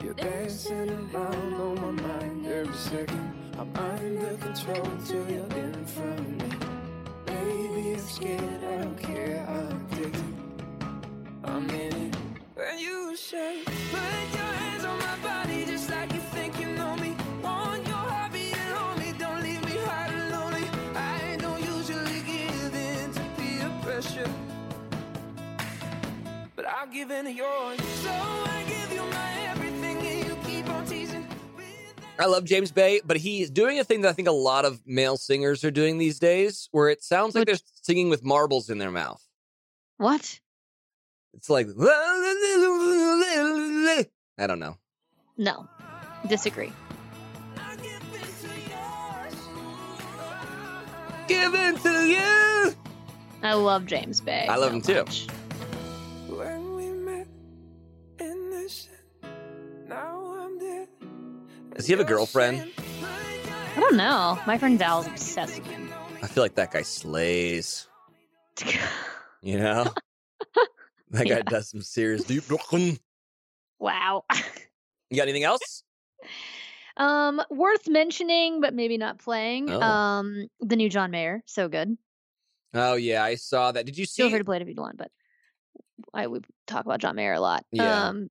S6: You're dancing around on my mind every second. I'm under control until you're in front of me. Baby, I'm scared, I don't care, I'm addicted. I'm in it. When you say, put your hands on my body just like you think you know me. Want your heart beating lonely, don't leave me hot and lonely. I don't usually give in to peer pressure, but I'll give in to yours. So I give you my everything and you keep on teasing.
S1: I love James Bay, but he's doing a thing that I think a lot of male singers are doing these days, where it sounds like they're singing with marbles in their mouth.
S2: What?
S1: It's like I don't know.
S2: No, disagree.
S6: I give in to yours.
S1: Give in to you.
S2: I love James Bay.
S1: I love
S2: so
S1: him too.
S2: much.
S6: When we met in this, now I'm dead.
S1: Does he have a girlfriend?
S2: I don't know. My friend Val's obsessed with him.
S1: I feel like that guy slays. You know, that guy
S2: Yeah.
S1: does some serious deep. You
S2: wow.
S1: got anything else?
S2: Um, worth mentioning, but maybe not playing.
S1: Oh.
S2: Um, the new John Mayer, so good.
S1: Oh yeah, I saw that. Did you see?
S2: Feel free to play it if you want, but I we talk about John Mayer a lot.
S1: Yeah.
S2: Um,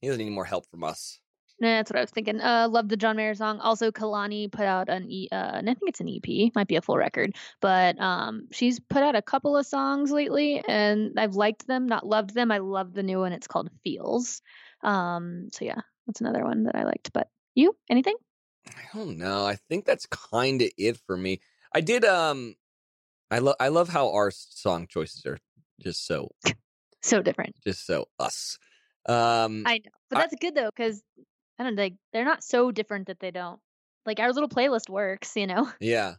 S1: He doesn't need more help from us.
S2: nah, that's what I was thinking. Uh, love the John Mayer song. Also, Kalani put out an e- uh, and I think it's an EP, might be a full record, but um, she's put out a couple of songs lately, and I've liked them, not loved them. I love the new one. It's called Feels. Um, so yeah, that's another one that I liked. But you, anything?
S1: I don't know. I think that's kind of it for me. I did. Um, I love. I love how our song choices are just so,
S2: So different.
S1: just so us. Um,
S2: I know, but
S1: I-
S2: that's good though because I don't think they're not so different that they don't like our little playlist works. You know,
S1: Yeah.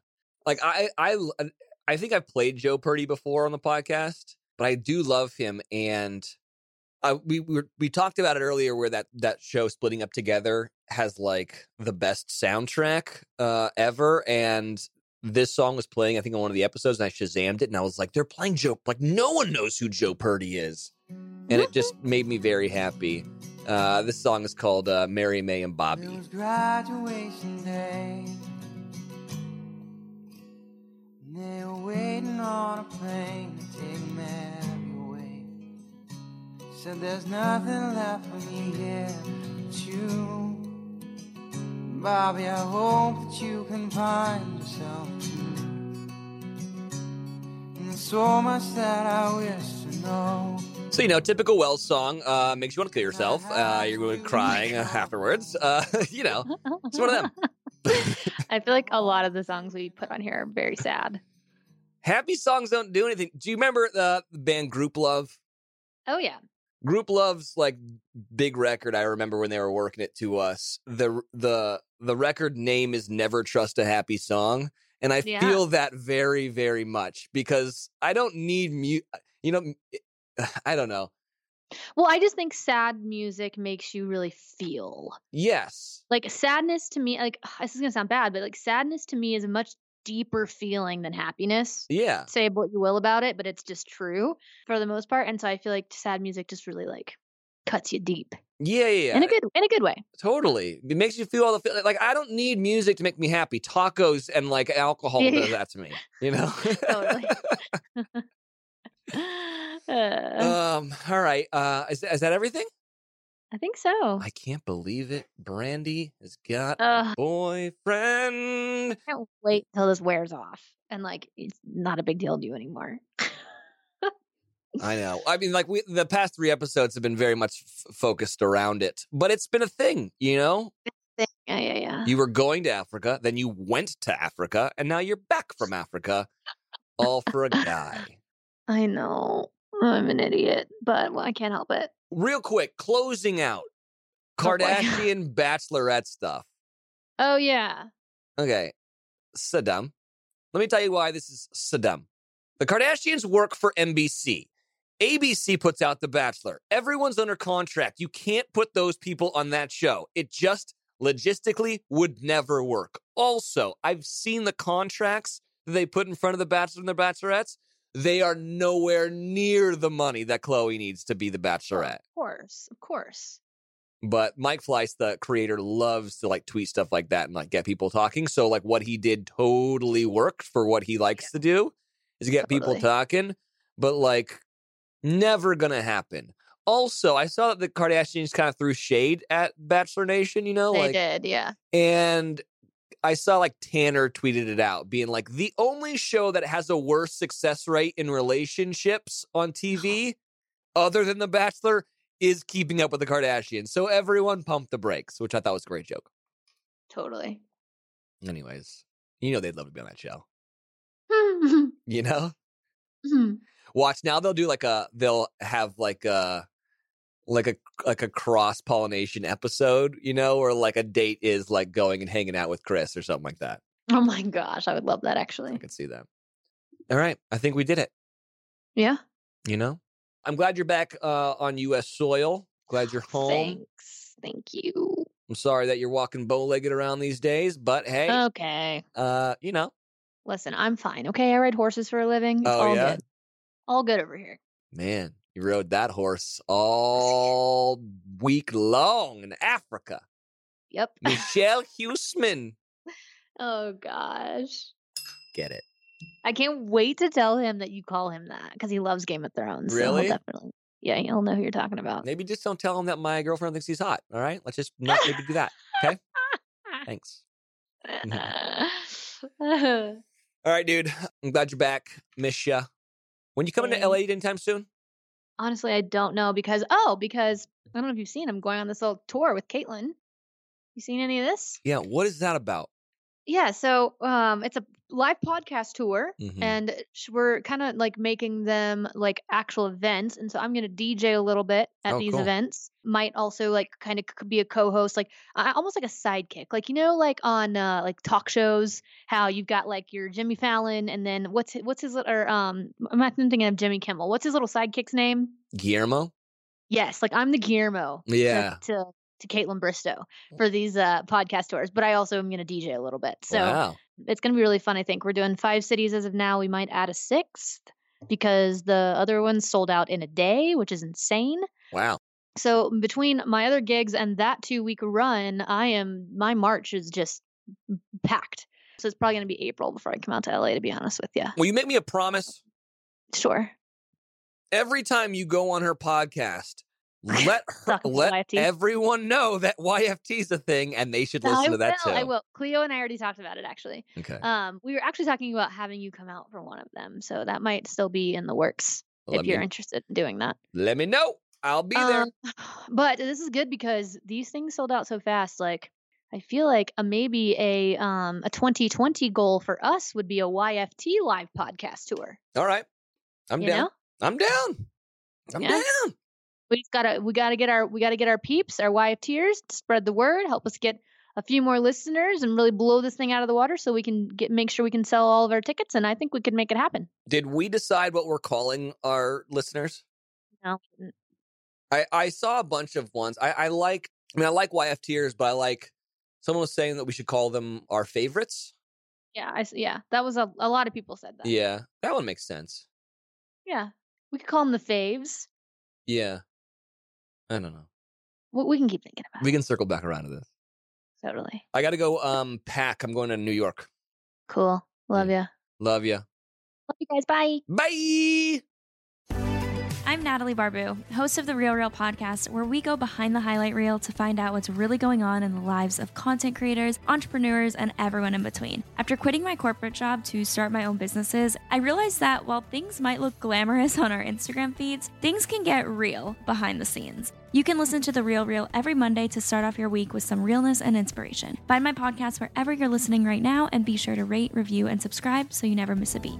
S1: Like I I uh, I think I've played Joe Purdy before on the podcast, but I do love him and I we we, were, we talked about it earlier where that that show splitting up together has like the best soundtrack uh ever and this song was playing I think on one of the episodes and I Shazammed it and I was like they're playing Joe like no one knows who Joe Purdy is. And it just made me very happy. Uh, this song is called uh, Mary May and
S6: It
S1: Bobby.
S6: was graduation day. And They were waiting on a plane to take Mary away. Said there's nothing left for me here but you. Bobby, I hope that you can find yourself too. And there's so much that I wish to know.
S1: So you know, typical Wells song uh, makes you want to kill yourself. Uh, you're going crying uh, afterwards. Uh, you know, it's one of them.
S2: I feel like a lot of the songs we put on here are very sad.
S1: Happy songs don't do anything. Do you remember the band Group Love?
S2: Oh yeah,
S1: Group Love's like big record. I remember when they were working it to us. the the The record name is "Never Trust a Happy Song," and I
S2: Yeah.
S1: feel that very very much because I don't need mu. You know, I don't know.
S2: well, I just think sad music makes you really feel
S1: Yes,
S2: like sadness to me. Like this is gonna sound bad, but like sadness to me is a much deeper feeling than happiness.
S1: yeah.
S2: Say what you will about it, but it's just true for the most part. And so I feel like sad music just really like cuts you deep
S1: Yeah, yeah, yeah.
S2: in a good in a good way.
S1: Totally. It makes you feel all the feel. Like, I don't need music to make me happy. Tacos and like alcohol
S2: Yeah,
S1: does
S2: yeah.
S1: that to me, you know?
S2: totally. Uh,
S1: um, all right. Uh, is, is that everything?
S2: I think so.
S1: I can't believe it. Brandy has got a
S2: Ugh.
S1: boyfriend.
S2: can't wait until this wears off and like it's not a big deal to you anymore.
S1: I know. I mean, like, we, the past three episodes have been very much f- focused around it, but it's been a thing, you know?
S2: Yeah, yeah, yeah.
S1: You were going to Africa, then you went to Africa, and now you're back from Africa, all for a guy.
S2: I know. I'm an idiot, but well, I can't help it.
S1: real quick, closing out
S2: Oh boy.
S1: Kardashian bachelorette stuff.
S2: Oh yeah.
S1: Okay, Saddam. Let me tell you why this is Saddam. The Kardashians work for NBC. ABC puts out The Bachelor. Everyone's under contract. You can't put those people on that show. It just logistically would never work. Also, I've seen the contracts that they put in front of The Bachelor and The Bachelorettes. They are nowhere near the money that Chloe needs to be The Bachelorette.
S2: Of course. Of course.
S1: but Mike Fleiss, the creator, loves to like tweet stuff like that and like get people talking. So like what he did totally worked for what he likes to do is get people
S2: Totally.
S1: talking, but like never gonna happen. Also, I saw that the Kardashians kind of threw shade at Bachelor Nation, you know,
S2: they
S1: like
S2: did, yeah.
S1: and I saw like Tanner tweeted it out, being like, the only show that has a worse success rate in relationships on TV, other than The Bachelor, is Keeping Up with the Kardashians. So everyone pumped the brakes, which I thought was a great joke.
S2: Totally.
S1: Anyways, you know they'd love to be on that show.
S2: Oh
S1: You know? Watch now they'll do like a they'll have like a like a like a cross pollination episode, you know, or like a date is like going and hanging out with Chris or something like that.
S2: oh my gosh, I would love that
S1: I
S2: actually.
S1: could see that. All right. I think we did it.
S2: Yeah.
S1: You know? I'm glad you're back uh, on U.S. soil. Glad you're home.
S2: Thanks. Thank you.
S1: I'm sorry that you're walking bow legged around these days, but hey,
S2: Oh.
S1: uh,
S2: Okay.
S1: you know,
S2: Listen, I'm fine. Okay, I ride horses for a living. It's
S1: Oh,
S2: all
S1: yeah?
S2: good. All good over here.
S1: man, you rode that horse all week long in Africa.
S2: Yep.
S1: Michelle Huseman.
S2: Oh gosh.
S1: Get it.
S2: I can't wait to tell him that you call him that because he loves Game of Thrones. so he'll
S1: Really?
S2: definitely. Yeah, he'll know who you're talking about.
S1: Maybe just don't tell him that my girlfriend thinks he's hot. All right. Let's just not maybe do that. Okay. Thanks. All right, dude. I'm glad you're back. Miss ya. When you coming to LA anytime soon?
S2: Honestly, I don't know because oh, because I don't know if you've seen. I'm going on this little tour with Caitlin. You seen any of this?
S1: Yeah. What is that about?
S2: Yeah. So um, it's a live podcast tour.
S1: Mhm.
S2: and sh- we're kind of like making them like actual events and so i'm going to dj a little bit at
S1: Oh,
S2: these
S1: cool.
S2: events might also like kind of be a co-host like I- almost like a sidekick like you know like on uh like talk shows how you've got like your jimmy fallon and then what's his, what's his lit- or um i'm not thinking of jimmy kimmel what's his little sidekick's name
S1: Guillermo?
S2: yes like i'm the guillermo to-
S1: Yeah.
S2: to to Caitlin Bristow for these uh, podcast tours, but I also am going to DJ a little bit. So
S1: wow.
S2: it's going to be really fun. I think we're doing five cities as of now. We might add a sixth because the other one sold out in a day, which is insane.
S1: Wow.
S2: So between my other gigs and that two week run, I am my March is just packed. So it's probably going to be April before I come out to LA. To be honest with you,
S1: Will you make me a promise?
S2: sure.
S1: Every time you go on her podcast, let her,
S2: Talk about
S1: let
S2: YFT.
S1: everyone know that YFT is a thing and they should listen
S2: I
S1: to that
S2: will.
S1: too.
S2: I will. Cleo and I already talked about it actually.
S1: Okay.
S2: Um, we were actually talking about having you come out for one of them, so that might still be in the works
S1: Let
S2: if you're
S1: me,
S2: interested in doing that.
S1: let me know. I'll be there.
S2: Um, but this is good because these things sold out so fast. Like I feel like a maybe a um a 2020 goal for us would be a YFT live podcast tour.
S1: All right. I'm
S2: you
S1: down.
S2: know,
S1: I'm down. I'm
S2: Yeah.
S1: down.
S2: we've got to we got to get our we got to get our peeps, our YFTers, to spread the word, help us get a few more listeners, and really blow this thing out of the water so we can get make sure we can sell all of our tickets. And I think we could make it happen.
S1: Did we decide what we're calling our listeners?
S2: No,
S1: I, I saw a bunch of ones. I, I like, I mean, I like YFTers, but I like, someone was saying that we should call them our favorites.
S2: yeah, I s yeah, that was a a lot of people said that.
S1: Yeah. That one makes sense.
S2: yeah, we could call them the faves.
S1: Yeah. I don't know.
S2: We, we can keep thinking about
S1: We can circle back around to this.
S2: it. Totally
S1: I got to go um pack. I'm going to New York.
S2: cool. Love ya.
S1: Love you.
S2: Love you guys. Bye.
S1: Bye.
S8: I'm Natalie Barbu, host of the Real Real podcast, where we go behind the highlight reel to find out what's really going on in the lives of content creators, entrepreneurs, and everyone in between. After quitting my corporate job to start my own businesses, I realized that while things might look glamorous on our Instagram feeds, things can get real behind the scenes. You can listen to The Real Real every Monday to start off your week with some realness and inspiration. Find my podcast wherever you're listening right now and be sure to rate, review, and subscribe so you never miss a beat.